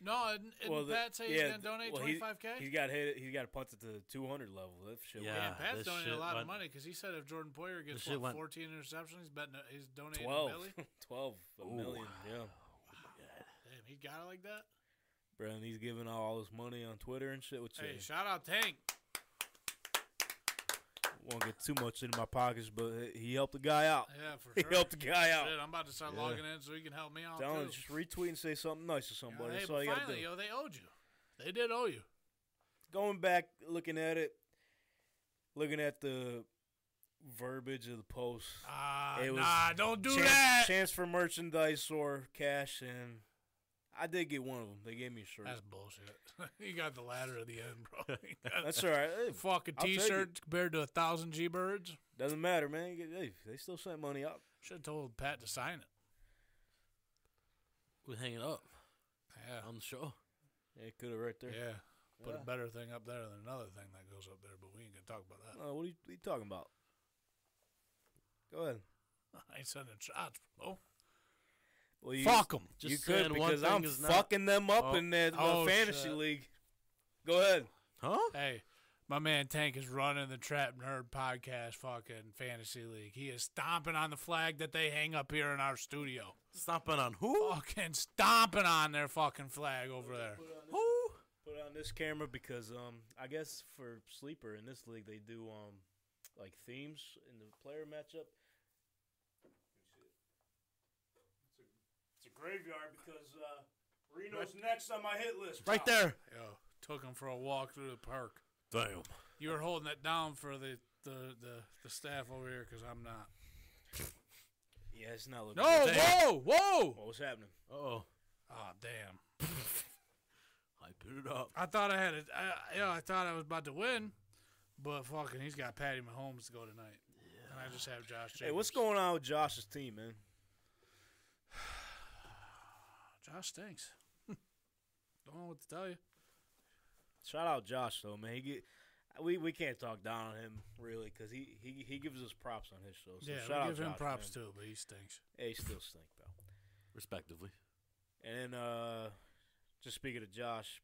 No, and, and
the-
Pat say
yeah,
he's gonna
th-
donate
well, he-
twenty five k.
He's got hit. He's got to punt it to the 200 level. That shit.
Yeah.
went
Yeah, Pat's
this
donating a
shit
lot of
went-
money because he said if Jordan Poyer
This
gets
shit
what,
went-
14 interceptions, he's betting he's
(laughs)
donating
twelve.
a Billy.
12 a million. Yeah.
Damn, he got it like that.
Bro, and he's giving out all this money on Twitter and shit. Which
Hey,
is
shout out Tank.
won't get too much into my pockets, but he helped the guy out.
Yeah, for
(laughs) He
sure.
helped the guy out.
Shit, I'm about to start
Yeah.
logging in so he can help me out
Tell him
too.
just retweet and say something nice to somebody.
hey,
That's all
but
you gotta do.
finally, yo, they owed you. They did owe you.
Going back, looking at it, looking at the verbiage of the post.
Ah,
It was
nah, don't do
chance,
that.
chance for merchandise or cash, and I did get one of them. They gave me a shirt.
That's bullshit. (laughs) you got the ladder at the end, bro. (laughs) You got
That's all right. Hey,
a Fucking
I'll take it.
t-shirt compared to a thousand G-birds.
doesn't matter, man. You get- Hey, they still sent money up.
Should have told Pat to sign it.
We hang it up
Yeah,
on the show.
They could have right there.
yeah. Put
Yeah.
a better thing up there than another thing that goes up there, but we ain't gonna talk about that.
Uh, what, are you, what are you talking about? Go ahead.
(laughs) I ain't sending shots, bro.
Well, you,
Fuck 'em.
You
Just
could
saying one
because
thing
I'm
is not-
fucking them up
Oh.
in that uh,
Oh,
fantasy
shit.
league. Go ahead.
Huh?
Hey, my man Tank is running the Trap Nerd Podcast fucking fantasy league. He is stomping on the flag that they hang up here in our studio.
Stomping on who?
Fucking stomping on their fucking flag over there.
Who?
Put on this camera because um I guess for sleeper in this league they do um like themes in the player matchup. It's a, it's a graveyard because uh, Reno's next on my hit list.
Right there.
Yo, took him for a walk through the park.
Damn.
You were holding it down for the the the, the staff over here because I'm not.
Yeah, it's not looking.
No,
good.
whoa, whoa!
What was happening?
Oh,
Oh damn!
I put it up.
I thought I had it. I, yo, I thought I was about to win, but fucking, he's got Patty Mahomes to go tonight, and I just have Josh. Jacobs.
Hey, what's going on with Josh's team, man?
Josh stinks. (laughs) Don't know what to tell you.
Shout out Josh though, man. He get we, we can't talk down on him really because he, he he gives us props on his show. So
yeah,
shout
we
out
give him
Josh,
props
man.
too, but he stinks.
Hey, he still stink though.
Respectively.
And then, uh, just speaking of Josh,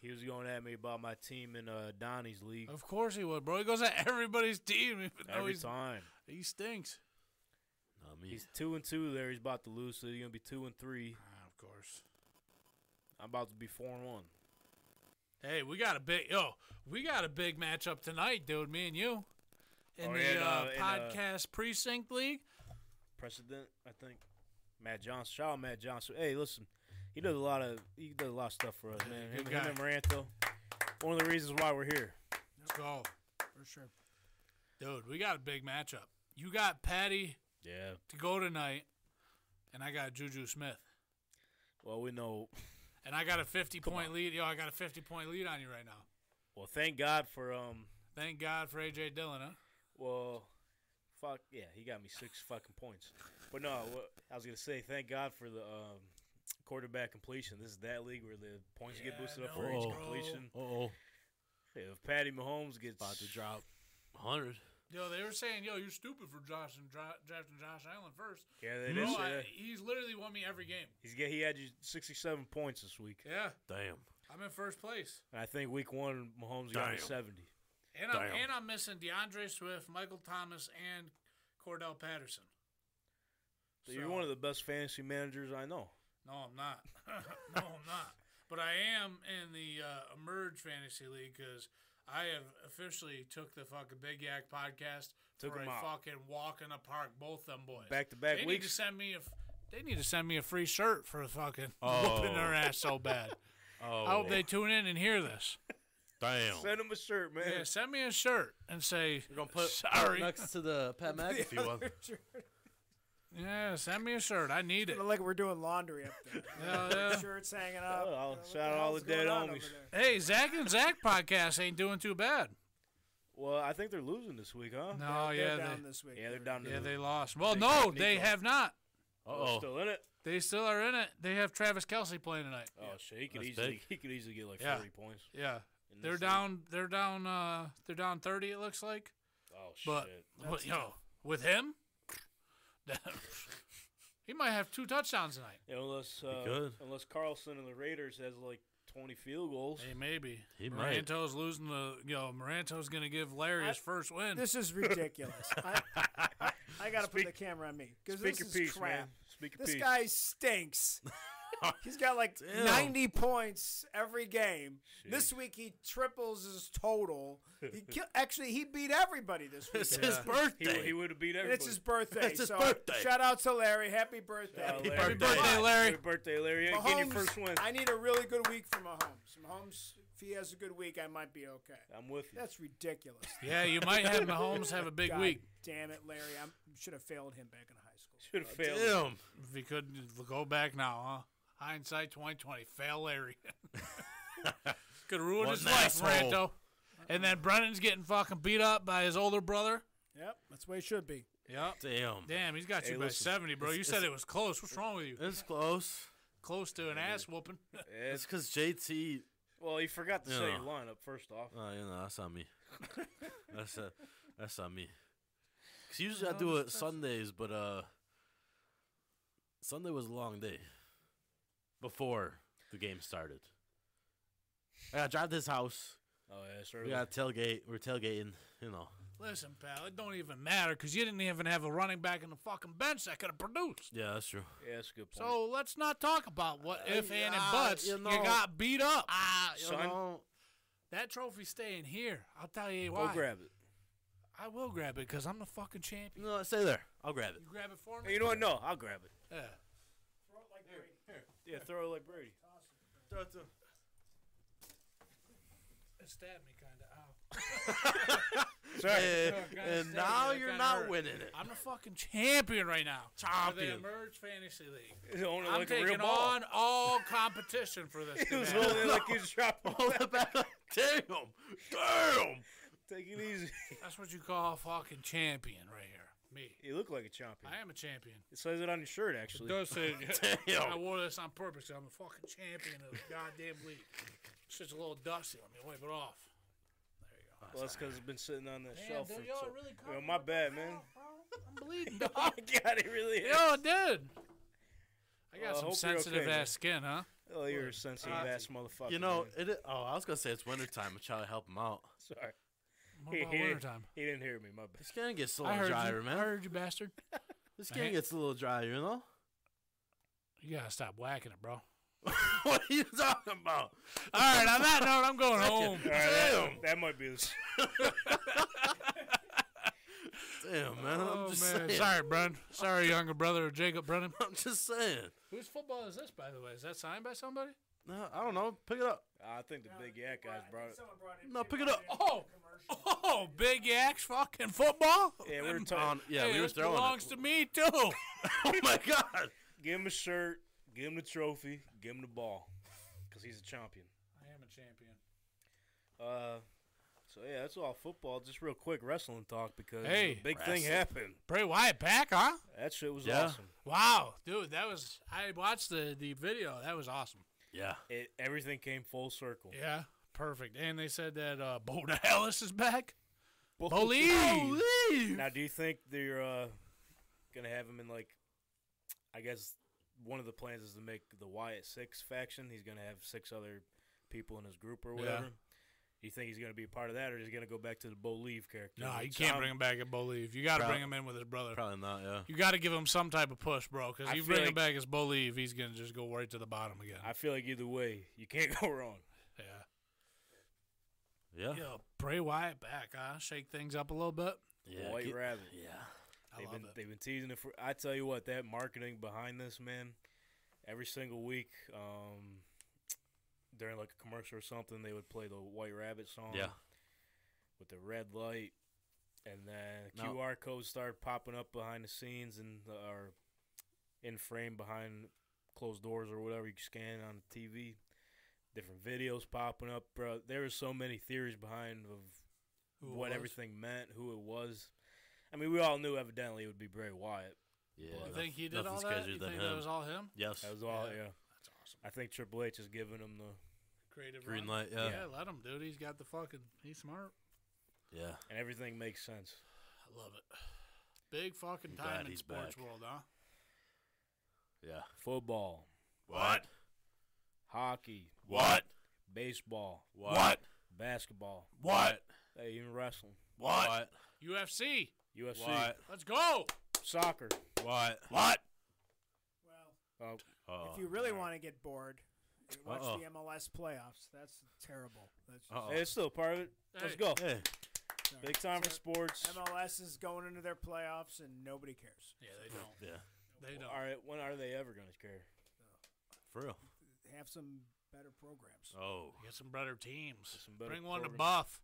he was going at me about my team in uh, Donnie's league
Of course he would, bro. He goes at (laughs) everybody's team, even though
every
Oh, he's,
time.
he stinks.
Not me.
He's two and two there. He's about to lose, so he's gonna be two and three.
Ah, of course.
I'm about to be four and one.
Hey, we got a big yo. We got a big matchup tonight, dude. Me and you in
Oh,
the
yeah, and,
uh,
uh, and, uh,
podcast precinct league.
Precedent, I think. Matt Johnson, shout out Matt Johnson. Hey, listen, he does a lot of he does a lot of stuff for us, man. Him,
good
him and Maranto, one of the reasons why we're here.
Let's go,
for sure.
dude. We got a big matchup. You got Patty
Yeah.
to go tonight, and I got Juju Smith,
Well, we know.
and I got a fifty point lead. Yo, I got a fifty point lead on you right now.
Well, thank God for um.
Thank God for AJ Dillon, huh?
Well, fuck yeah, he got me six fucking points. But no, what, I was gonna say thank God for the um, quarterback completion. This is that league where the points get
Yeah,
boosted up
no,
for each
bro.
completion.
Uh-oh.
If Patty Mahomes gets
About to drop 100.
Yo, they were saying, yo, you're stupid for Josh and dra- drafting Josh Allen first.
yeah, they
Bro,
did say
I-
that.
he's literally won me every game.
He's get he had you sixty-seven points this week,
Yeah,
Damn.
I'm in first place.
and I think week one Mahomes got me
Damn.
seventy.
And I'm,
Damn.
and I'm missing DeAndre Swift, Michael Thomas, and Cordell Patterson.
So, you're one of the best fantasy managers I know.
No, I'm not. (laughs) no, I'm not. But I am in the uh, Emerge Fantasy League because I have officially took the fucking Big Yak podcast
Took
for
'em
a
out.
fucking walk in the park. Both them boys
Back to back
They need to
weeks.
send me a. f- They need to send me a free shirt for fucking (laughs)
Oh.
whooping their ass so bad.
(laughs)
Oh.
I hope they tune in and hear this.
Damn.
Send him a shirt, man.
Yeah, send me a shirt and say
We're going to put
sorry.
next to the (laughs) Pat McAfee
(laughs)
one.
Yeah, send me a shirt. I need it.
Kinda like we're doing laundry up
(laughs)
there.
Hell yeah.
Shirts hanging up.
Oh, I'll
You know, what
shout out all
hell's
the dead
going on
homies.
over there?
Hey, Zach and Zach podcast ain't doing too bad.
Well, I think they're losing this week, huh?
No, yeah,
They're down
they,
this week.
Oh, Yeah, they're down to
yeah,
the-
they lost. Well,
They
no,
got
they
Nico.
have not.
Uh-oh.
still in it.
They still are in it. They have Travis Kelsey playing tonight.
Oh shit, he could
That's
easily
big.
he could easily get like
Yeah.
forty points.
Yeah,
in
they're
this
down. They're down. Uh, they're down thirty. It looks like.
league. Oh shit.
But what, yo, with him, (laughs) he might have two touchdowns tonight.
Yeah, unless uh,
could.
unless Carlson and the Raiders has like twenty field goals.
Hey, maybe
He might.
Maranto's losing the. Yo, Maranto's gonna give Larry his first win.
This is ridiculous. I, I, I gotta put the camera on me because
Speak
this
your
is
piece,
crap.
man. Speak your
This
piece. (laughs)
guy stinks. He's got like
Damn.
90 points every game. This week he triples his total.
(laughs)
He kill- actually he beat everybody this week.
It's his
He,
birthday.
he would have beat
And
everybody.
it's his birthday.
It's his
so
birthday.
Shout out to Larry. Happy birthday.
Uh,
Happy
Larry.
birthday,
Happy
Larry.
birthday, Larry. Yeah, Get your
Mahomes,
first win.
I need a really good week for Mahomes. Mahomes, if he has a good week, I might be okay.
I'm with you.
That's ridiculous.
Yeah, you might have Mahomes have a
(laughs)
big
God
week
Damn it, Larry. I should have failed him back in high school.
Should have failed.
Damn.
if he could go back now, huh? Hindsight 2020, fail Larry. (laughs) could ruin
What
his
an
life,
asshole.
Ranto. And then Brennan's getting fucking beat up by his older brother.
Yep, that's the way it should be.
Yep.
Damn.
Damn, he's got
Hey,
you by
listen,
70, bro.
it's-
You said it was close. What's wrong with you?
It's close.
Close to an ass whooping. (laughs)
Yeah,
It's because JT.
well, you forgot to say
Yeah.
your lineup first off.
Oh, you know, that's on me. that's uh, that's on me. 'Cause usually I do it Sundays, but uh, Sunday was a long day. Before the game started, I got to drive to his house.
Oh yeah, it's
We
early.
got tailgate. We're tailgating. You know.
Listen, pal, it don't even matter because you didn't even have a running back in the fucking bench that could have produced.
Yeah, that's true.
yeah, that's a good point.
So let's not talk about what if and, and
yeah,
buts.
uh, you
You,
know.
got beat up.
Ah,
you Son.
know.
That trophy's staying here. I'll tell you
go
why.
grab it.
I will grab it because I'm the fucking champion.
No, stay there. I'll grab it.
You grab it for
Hey,
me.
you know what? No, I'll grab it.
Yeah.
Yeah, throw it like Brady. (laughs)
It stabbed me kind of. Ow.
Sorry.
And, and now
that
you're
kinda
not
hurt.
winning it. (laughs)
I'm the fucking champion right now. of The
Champion.
Emerge Fantasy League.
He's holding it
I'm
like a real
taking
ball.
on all competition for this.
(laughs) He was
division.
holding (laughs) it
(laughs)
like he's dropping.
Hold it back. (laughs) Damn. Damn.
Take it easy.
(laughs)
(laughs)
That's what you call a fucking champion right here. Me.
You look like a champion.
I am a champion.
It says it on your shirt, actually.
Does (laughs) say
Damn.
I wore this on purpose. 'cause I'm the fucking champion of the goddamn league. Shit's a little dusty. Let me wipe it off.
Well, that's because it's been sitting on the
Damn,
shelf.
dude,
For
y'all
so.
really covered
well,
me.
my
What the
bad, man. (laughs)
hell, bro? I'm bleeding.
oh my god, it really is.
(laughs) Yo, it did. I
Well,
got
I
some
hope you're okay,
sensitive
man.
ass skin, huh?
(laughs) Oh, you're a sensitive ass motherfucker.
Uh, You know,
man. (laughs)
it. i- Oh, I was gonna say it's wintertime. I try to help him out.
sorry.
What
He, (laughs)
about
he didn't-
wintertime?
he didn't hear me. My bad.
This can gets a
I
little
heard
drier,
you. I
man.
heard you, bastard.
This
I
can
ha-
gets a little drier, you know.
You gotta stop whacking it, bro.
(laughs)
All
what are you talking about?
right, on that note, I'm going home.
All right, that-
Damn.
that, might be this.
Damn, man.
Oh
I'm just
man,
saying.
sorry, Brennan. Sorry, younger brother of Jacob Brennan.
(laughs) I'm just saying.
Whose football is this, by the way? Is that signed by somebody?
No, I don't know. Pick it up.
(laughs) I think the big yak guys brought it.
No, pick it up.
Oh, oh, Big Yak's fucking football.
Yeah, we were talking.
On- yeah,
hey,
we were
this
throwing.
belongs
It.
(laughs) to me
(laughs)
too.
oh my god.
Give him a shirt. Give him the trophy. Give him the ball, because he's a champion.
I am a champion.
Uh, so yeah, that's all football. Just real quick wrestling talk because
Hey.
a big
Wrestling.
thing happened.
Bray Wyatt back, huh?
That shit was
Yeah.
awesome.
Wow, dude, that was. I watched the the video. That was awesome.
Yeah.
It, everything came full circle.
Yeah, perfect. And they said that uh, Bo Dallas is
(laughs)
back.
Oh,
Bo-
Believe.
Believe.
Now, do you think they're uh, gonna have him in like? I guess one of the plans is to make the Wyatt Six faction. He's gonna have six other people in his group or
Yeah.
whatever. You think he's gonna be a part of that, or is he gonna go back to the Believe character?
No, you
So
can't
I'm-
bring him back at Believe. You got to
Prob-
bring him in with his brother.
Probably not. Yeah.
You got to give him some type of push, bro. Because
I
you
feel
bring
like-
him back as Believe, he's gonna just go right to the bottom again.
I feel like either way, you can't (laughs) go wrong.
yeah.
Yeah.
Yo, Bray Wyatt back, huh? Shake things up a little bit.
Yeah.
White
get-
Rabbit.
yeah.
I
They've
love
been
it.
they've been teasing it for. I tell you what, that marketing behind this man, every single week, um, during like a commercial or something, they would play the White Rabbit song.
Yeah.
With the red light, and then
No.
QR codes started popping up behind the scenes and the- or in frame behind closed doors or whatever you scan on the TV. Different videos popping up, bro. There were so many theories behind of
Who it
what
was.
everything meant, who it was. I mean, we all knew evidently it would be Bray Wyatt.
Yeah.
You
You
noth-
think he did
nothing
all that?
sketchier
You
than
think
him.
that was all him?
yes.
That was all.
Yeah.
Yeah,
That's awesome.
I think Triple H is giving him the,
Creative
Green
run.
light. Yeah.
yeah, let him, dude. He's got the fucking. He's smart.
Yeah.
and everything makes sense.
I love it. Big fucking
I'm glad
time in
he's
sports
back.
world, huh?
Yeah.
Football,
What?
hockey,
What?
baseball,
What?
basketball,
What?
hey, even wrestling,
What?
UFC.
UFC,
What?
Let's go.
soccer.
What? What?
Well,
Uh,
Uh-oh.
if you really want to get bored, you watch
Uh-oh.
the MLS playoffs. That's terrible. That's
Uh-oh.
Hey, it's still part of it. Let's
Oh.
(laughs)
Hey.
go.
Hey,
sorry.
Uh-huh. Big time for
Sorry.
sports.
MLS is going into their playoffs and nobody cares.
Yeah, they don't.
yeah,
They don't.
All right, when are they ever going to care?
for real.
Have some better programs.
Oh,
Get some better teams.
Some better
Bring one to
programs.
Buff.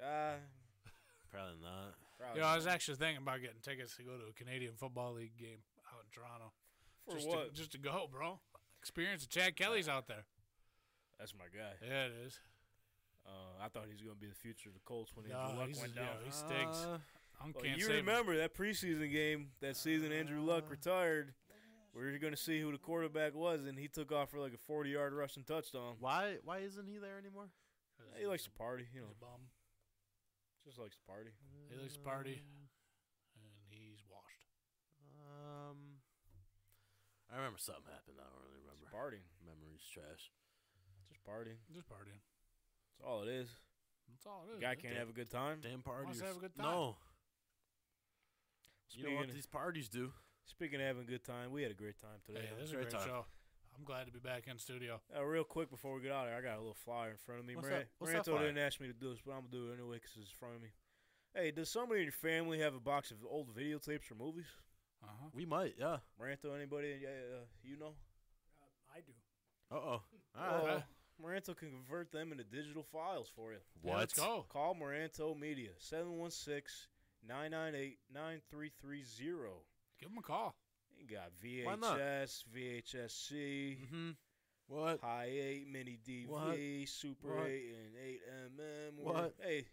Uh,
probably not.
probably
You know, I was actually thinking about getting tickets to go to a Canadian Football League game out in Toronto.
for
just
what?
To, just to go, bro. Experience that Chad Kelly's out there.
That's my guy.
Yeah, it is.
Uh, I thought he was going to be the future of the Colts when
Nah,
Andrew Luck
he's-
went
yeah,
down.
he stinks.
Uh,
I'm
Well,
can't
you
save him.
remember that preseason game that season Andrew
Uh,
Luck retired. We were going to see who the quarterback was, and he took off for like a 40 yard rushing touchdown.
Why? Why isn't he there anymore?
'Cause
He likes
he's
to party, you
a-
know,
he's a bum.
just likes to party.
He likes to party, and he's washed.
Um, I remember something happened. I don't really
Just
remember.
partying.
Memory's trash.
Just partying.
Just partying.
That's all it is.
That's all it
The
is.
guy
man.
can't have a good time.
Damn parties.
have a good time.
No, you know
Speaking,
what these parties do.
speaking of having a good time, we had a great time today.
Hey, this is a
Great
great
time.
show. I'm glad to be back in studio.
Uh, real quick before we get out of here, I got a little flyer in front of me.
What's
Maran-
that- what's that
Maranto
flyer?
didn't ask me to do this, but I'm gonna do it anyway because it's in front of me. Hey, does somebody in your family have a box of old videotapes or movies?
Uh huh.
We might. Yeah.
Maranto, anybody uh, uh, you know? Uh-huh.
Uh, I do.
Uh oh.
Well, Maranto can convert them into digital files for you.
What?
let's go.
Call Maranto Media 716 998 9330.
Give him a call.
You got
Why not?
VHS, VHSC,
Mm-hmm. What?
High 8, Mini DV,
What?
Super
What?
8, and 8MM. We're-
What?
Hey,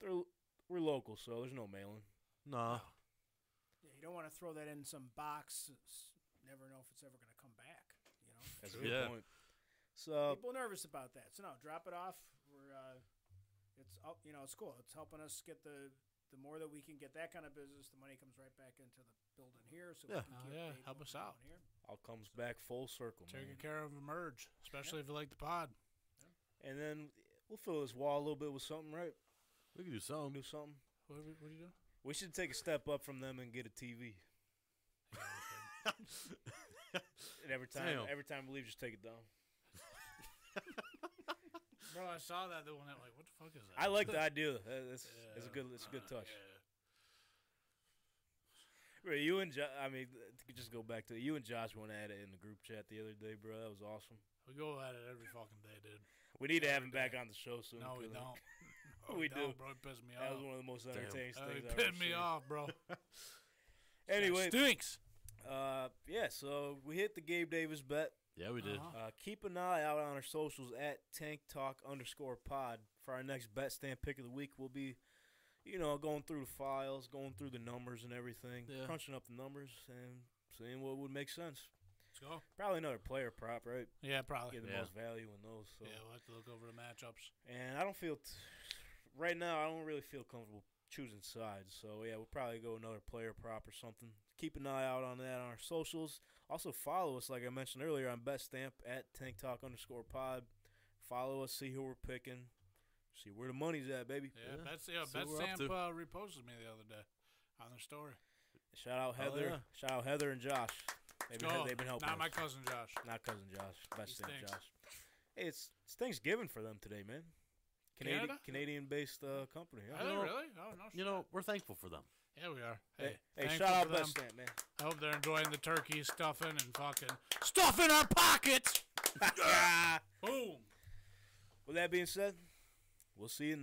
they're, we're local, so there's no mailing.
No.
Yeah, you don't want to throw that in some box. S- Never know if it's ever going to come back. You know,
That's a
True.
good
Yeah.
point. So,
people are nervous about that. So no, drop it off. We're uh, it's up. You know, it's cool. It's helping us get the the more that we can get that kind of business, the money comes right back into the building here. So
Yeah.
we can
Oh,
keep
yeah,
paid
help
what
us
we're
out.
doing Here.
all comes back full circle, Oh, man.
Taking care of Emerge, especially if you like the pod.
And then we'll fill this wall a little bit with something, right?
We could do
Do
(laughs)
something.
something.
What, are we- what are you
(laughs)
doing?
We should take a step up from them and get a TV. And every time,
Damn.
every time we leave, just take it down.
Bro, I saw that the one that like, what the fuck is that?
I like the idea. That- That's, that's a
Yeah.
good, it's a good
Uh,
touch.
yeah.
Bro, you and jo- I mean, th- to just go back to you and Josh went at it in the group chat the other day, bro. That was awesome.
We go at it every fucking day,
(laughs)
dude.
We need to have him back on the show soon.
No, we
'cause, like, (laughs)
don't.
We
we
do.
do bro. It pissed me
That was
off.
one of the most
Damn.
entertaining things.
Oh, it
I've ever
pissed me
seen.
off,
(laughs)
bro.
Anyway,
stinks.
uh, yeah. So we hit the Gabe Davis bet.
Yeah, we did.
Uh-huh.
Uh, keep an eye out on our socials at Tank Talk underscore Pod for our next bet stand pick of the week. We'll be, you know, going through the files, going through the numbers and everything,
Yeah.
crunching up the numbers and seeing what would make sense.
Let's go.
Probably another player prop, right?
Yeah, probably.
Get the
Yeah.
most value in those. So.
Yeah, we'll have to look over the matchups.
And I don't feel t- right now. I don't really feel comfortable choosing sides. So yeah, we'll probably go another player prop or something. Keep an eye out on that on our socials. Also follow us, like I mentioned earlier, on Best Stamp at Tank Talk underscore Pod. Follow us, see who we're picking, see where the money's at, baby.
Yeah,
Yeah.
that's yeah.
See
Beth
what we're up
Samp
to.
uh, reposted me the other day on their story.
Shout out
Hell
Heather.
yeah.
Shout out Heather and Josh. They've been,
Oh, Go.
they've been helping.
Not my
us.
cousin Josh.
Not cousin Josh. Best
He
Stamp
stinks.
Josh. Hey, it's it's Thanksgiving for them today, man. Canadian
Canada?
Canadian based uh, company. yeah.
Are they
know-
really? Oh no.
You
shit.
know, we're thankful for them.
yeah, we are.
Hey,
Hey,
hey,
thankful
shout out
for
Best
them.
Stamp, man.
(laughs) I hope they're enjoying the turkey stuffing and fucking stuffing our pockets. Boom.
With that being said, we'll see you next.